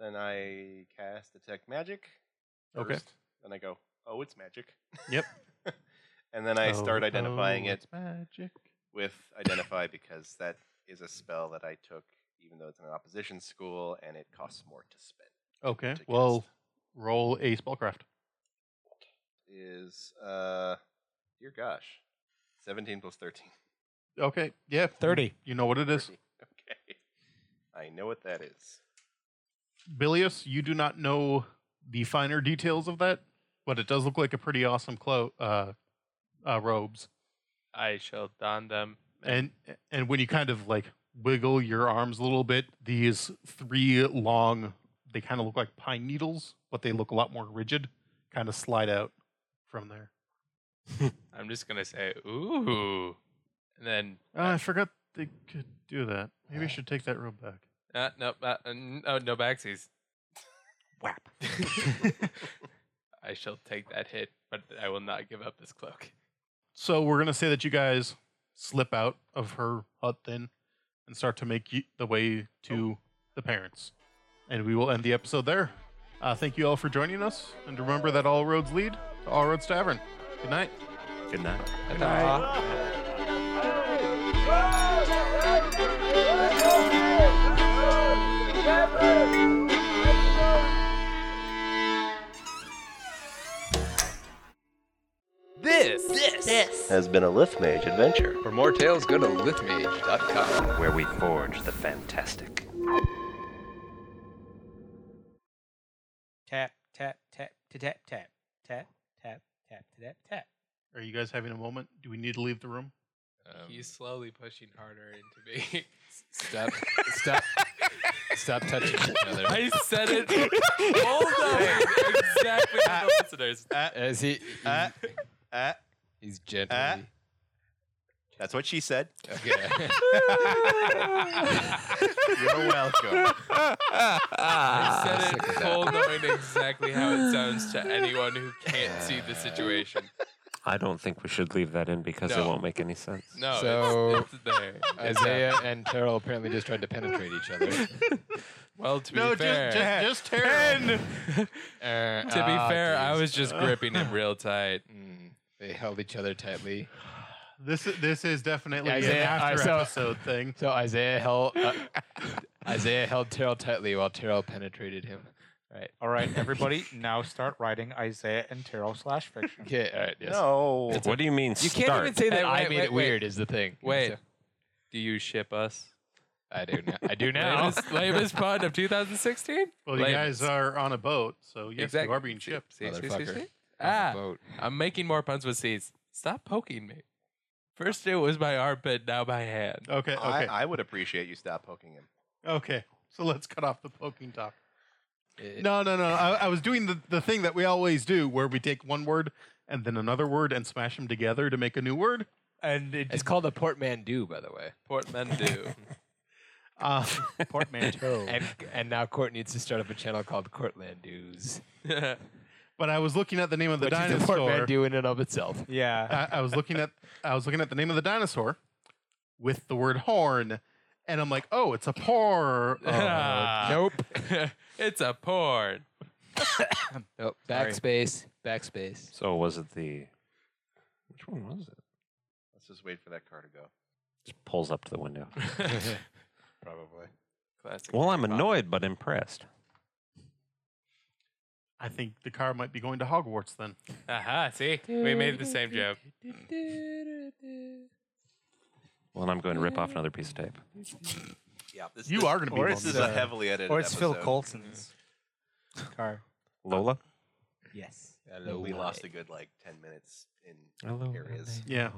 [SPEAKER 6] Then I cast detect magic.
[SPEAKER 1] Okay.
[SPEAKER 6] first, Then I go, oh, it's magic.
[SPEAKER 1] Yep.
[SPEAKER 6] [laughs] and then I start
[SPEAKER 1] Oh,
[SPEAKER 6] identifying
[SPEAKER 1] oh,
[SPEAKER 6] it
[SPEAKER 1] It's magic.
[SPEAKER 6] with identify because that is a spell that I took, even though it's in an opposition school, and it costs more to spend.
[SPEAKER 1] Okay.
[SPEAKER 6] to
[SPEAKER 1] Well,
[SPEAKER 6] cast.
[SPEAKER 1] roll a spellcraft.
[SPEAKER 6] is uh, dear gosh, seventeen plus thirteen.
[SPEAKER 1] Okay. Yeah.
[SPEAKER 3] 30.
[SPEAKER 1] You know what it is.
[SPEAKER 6] 30. [laughs] Okay. I know what that is.
[SPEAKER 1] Bilius, you do not know the finer details of that, but it does look like a pretty awesome clo- uh, uh, robes.
[SPEAKER 4] I shall don them.
[SPEAKER 1] And and when you kind of like wiggle your arms a little bit, these three long, they kind of look like pine needles, but they look a lot more rigid, kind of slide out from there.
[SPEAKER 4] I'm just gonna say ooh, and then
[SPEAKER 1] Oh, I forgot they could do that. Maybe I should take that robe back.
[SPEAKER 4] uh, no, uh, uh, no, no backsies.
[SPEAKER 5] [laughs]
[SPEAKER 1] Whap.
[SPEAKER 4] [laughs] I shall take that hit, but I will not give up this cloak.
[SPEAKER 1] So we're gonna say that you guys slip out of her hut then, and start to make y- the way to the parents, and we will end the episode there. Uh, thank you all for joining us, and remember that all roads lead to All Roads Tavern. Good night.
[SPEAKER 5] Good night.
[SPEAKER 7] This
[SPEAKER 6] Has been a Lift Mage adventure.
[SPEAKER 7] For more tales, go to lithmage.com.
[SPEAKER 4] Um,
[SPEAKER 5] Where we forge the fantastic.
[SPEAKER 3] Tap, tap, tap, tap, tap, tap, tap, tap, tap, tap, tap.
[SPEAKER 1] Are you guys having a moment? Do we need to leave the room?
[SPEAKER 7] Um,
[SPEAKER 4] He's slowly pushing harder into me. [laughs]
[SPEAKER 7] stop, stop, stop touching each other.
[SPEAKER 4] I said it
[SPEAKER 7] [laughs]
[SPEAKER 4] all the way exactly to the listeners.
[SPEAKER 7] As he,
[SPEAKER 6] Uh, uh,
[SPEAKER 7] he's gently.
[SPEAKER 6] uh. that's what she said.
[SPEAKER 7] Okay.
[SPEAKER 6] You're welcome.
[SPEAKER 4] I
[SPEAKER 7] Ah,
[SPEAKER 4] said
[SPEAKER 7] sick
[SPEAKER 4] it
[SPEAKER 7] of that.
[SPEAKER 4] full knowing exactly how it sounds to anyone who can't see the situation.
[SPEAKER 5] I don't think we should leave that in because it
[SPEAKER 4] No.
[SPEAKER 5] won't make any sense.
[SPEAKER 4] No, it's-
[SPEAKER 7] So-
[SPEAKER 4] it's, there. It's
[SPEAKER 7] [laughs] Isaiah and Terrell apparently just tried to penetrate each other.
[SPEAKER 4] [laughs] Well, to
[SPEAKER 1] No,
[SPEAKER 4] be fair,
[SPEAKER 1] just,
[SPEAKER 7] [laughs]
[SPEAKER 1] just, just Terrell.
[SPEAKER 7] Uh,
[SPEAKER 4] to be
[SPEAKER 7] ah,
[SPEAKER 4] fair, I
[SPEAKER 7] geez.
[SPEAKER 4] was
[SPEAKER 7] [laughs]
[SPEAKER 4] just gripping him real tight.
[SPEAKER 7] Mm, they held each other tightly.
[SPEAKER 1] This is this is definitely
[SPEAKER 7] Yeah,
[SPEAKER 1] an
[SPEAKER 7] Isaiah, [laughs] I
[SPEAKER 1] after
[SPEAKER 7] saw-
[SPEAKER 1] episode thing.
[SPEAKER 7] So Isaiah
[SPEAKER 4] [laughs]
[SPEAKER 7] held uh, Isaiah held Terrell tightly while Terrell penetrated him. Right.
[SPEAKER 3] All right, everybody, now start writing Isaiah and Terrell slash fiction.
[SPEAKER 7] Okay. All right. Yes.
[SPEAKER 6] No.
[SPEAKER 5] What do you mean
[SPEAKER 7] You
[SPEAKER 5] start?
[SPEAKER 7] can't even say that
[SPEAKER 4] Hey,
[SPEAKER 7] I
[SPEAKER 4] wait,
[SPEAKER 7] made
[SPEAKER 4] wait,
[SPEAKER 7] it
[SPEAKER 4] wait.
[SPEAKER 7] weird. Is the thing.
[SPEAKER 4] Wait.
[SPEAKER 7] So-
[SPEAKER 4] Do you ship us?
[SPEAKER 7] I do now.
[SPEAKER 4] [laughs]
[SPEAKER 7] I do now.
[SPEAKER 4] Lamest, lamest pod of 2016?
[SPEAKER 1] Well, you
[SPEAKER 4] Like-
[SPEAKER 1] guys are on a boat, so yes, you are being shipped.
[SPEAKER 4] See, see, see,
[SPEAKER 7] [laughs] Motherfucker.
[SPEAKER 4] see?
[SPEAKER 7] Ah.
[SPEAKER 4] Ah, I'm making more puns with C's. Stop poking me. First it was my armpit, now my hand.
[SPEAKER 1] Okay, okay,
[SPEAKER 6] I, I would appreciate you stop poking him.
[SPEAKER 1] okay. So let's cut off the poking talk.
[SPEAKER 7] It-
[SPEAKER 1] No, no, no. I, I was doing the, the thing that we always do, where we take one word and then another word and smash them together to make a new word.
[SPEAKER 3] And it
[SPEAKER 7] It's called a portmanteau, by the way.
[SPEAKER 4] Portmanteau.
[SPEAKER 1] Uh,
[SPEAKER 3] portmanteau.
[SPEAKER 7] [laughs] And and now Court needs to start up a channel called Courtlandoos,
[SPEAKER 1] but I was looking at the name of the
[SPEAKER 7] which is a
[SPEAKER 1] dinosaur.
[SPEAKER 7] portmanteau in and of itself.
[SPEAKER 3] yeah.
[SPEAKER 1] I, I was looking at I was looking at the name of the dinosaur with the word horn, and I'm like, oh, it's a Uh, por.
[SPEAKER 4] Ah.
[SPEAKER 7] nope.
[SPEAKER 4] [laughs] it's a
[SPEAKER 5] [laughs]
[SPEAKER 4] porn. [laughs]
[SPEAKER 7] Nope.
[SPEAKER 3] Sorry.
[SPEAKER 7] Backspace. Backspace.
[SPEAKER 5] So was it the? Which one was it?
[SPEAKER 6] Let's just wait for that car to go.
[SPEAKER 5] Just pulls up to the window.
[SPEAKER 7] Probably.
[SPEAKER 4] Classic.
[SPEAKER 5] Well, I'm
[SPEAKER 4] Harry Potter.
[SPEAKER 5] annoyed but impressed.
[SPEAKER 1] I think the car might be going to Hogwarts then.
[SPEAKER 4] Aha, Uh-huh, see? We made the same joke.
[SPEAKER 5] Well, and I'm going to rip off another piece of tape.
[SPEAKER 6] Yeah, this,
[SPEAKER 1] You are going to be.
[SPEAKER 6] Or
[SPEAKER 1] one
[SPEAKER 6] this is
[SPEAKER 1] of
[SPEAKER 6] a
[SPEAKER 1] the-
[SPEAKER 6] heavily edited.
[SPEAKER 3] or it's Phil
[SPEAKER 6] episode.
[SPEAKER 3] Colton's car.
[SPEAKER 5] Lola.
[SPEAKER 3] Yes.
[SPEAKER 6] We lost a good like ten minutes in
[SPEAKER 5] Hello.
[SPEAKER 6] areas.
[SPEAKER 1] Yeah.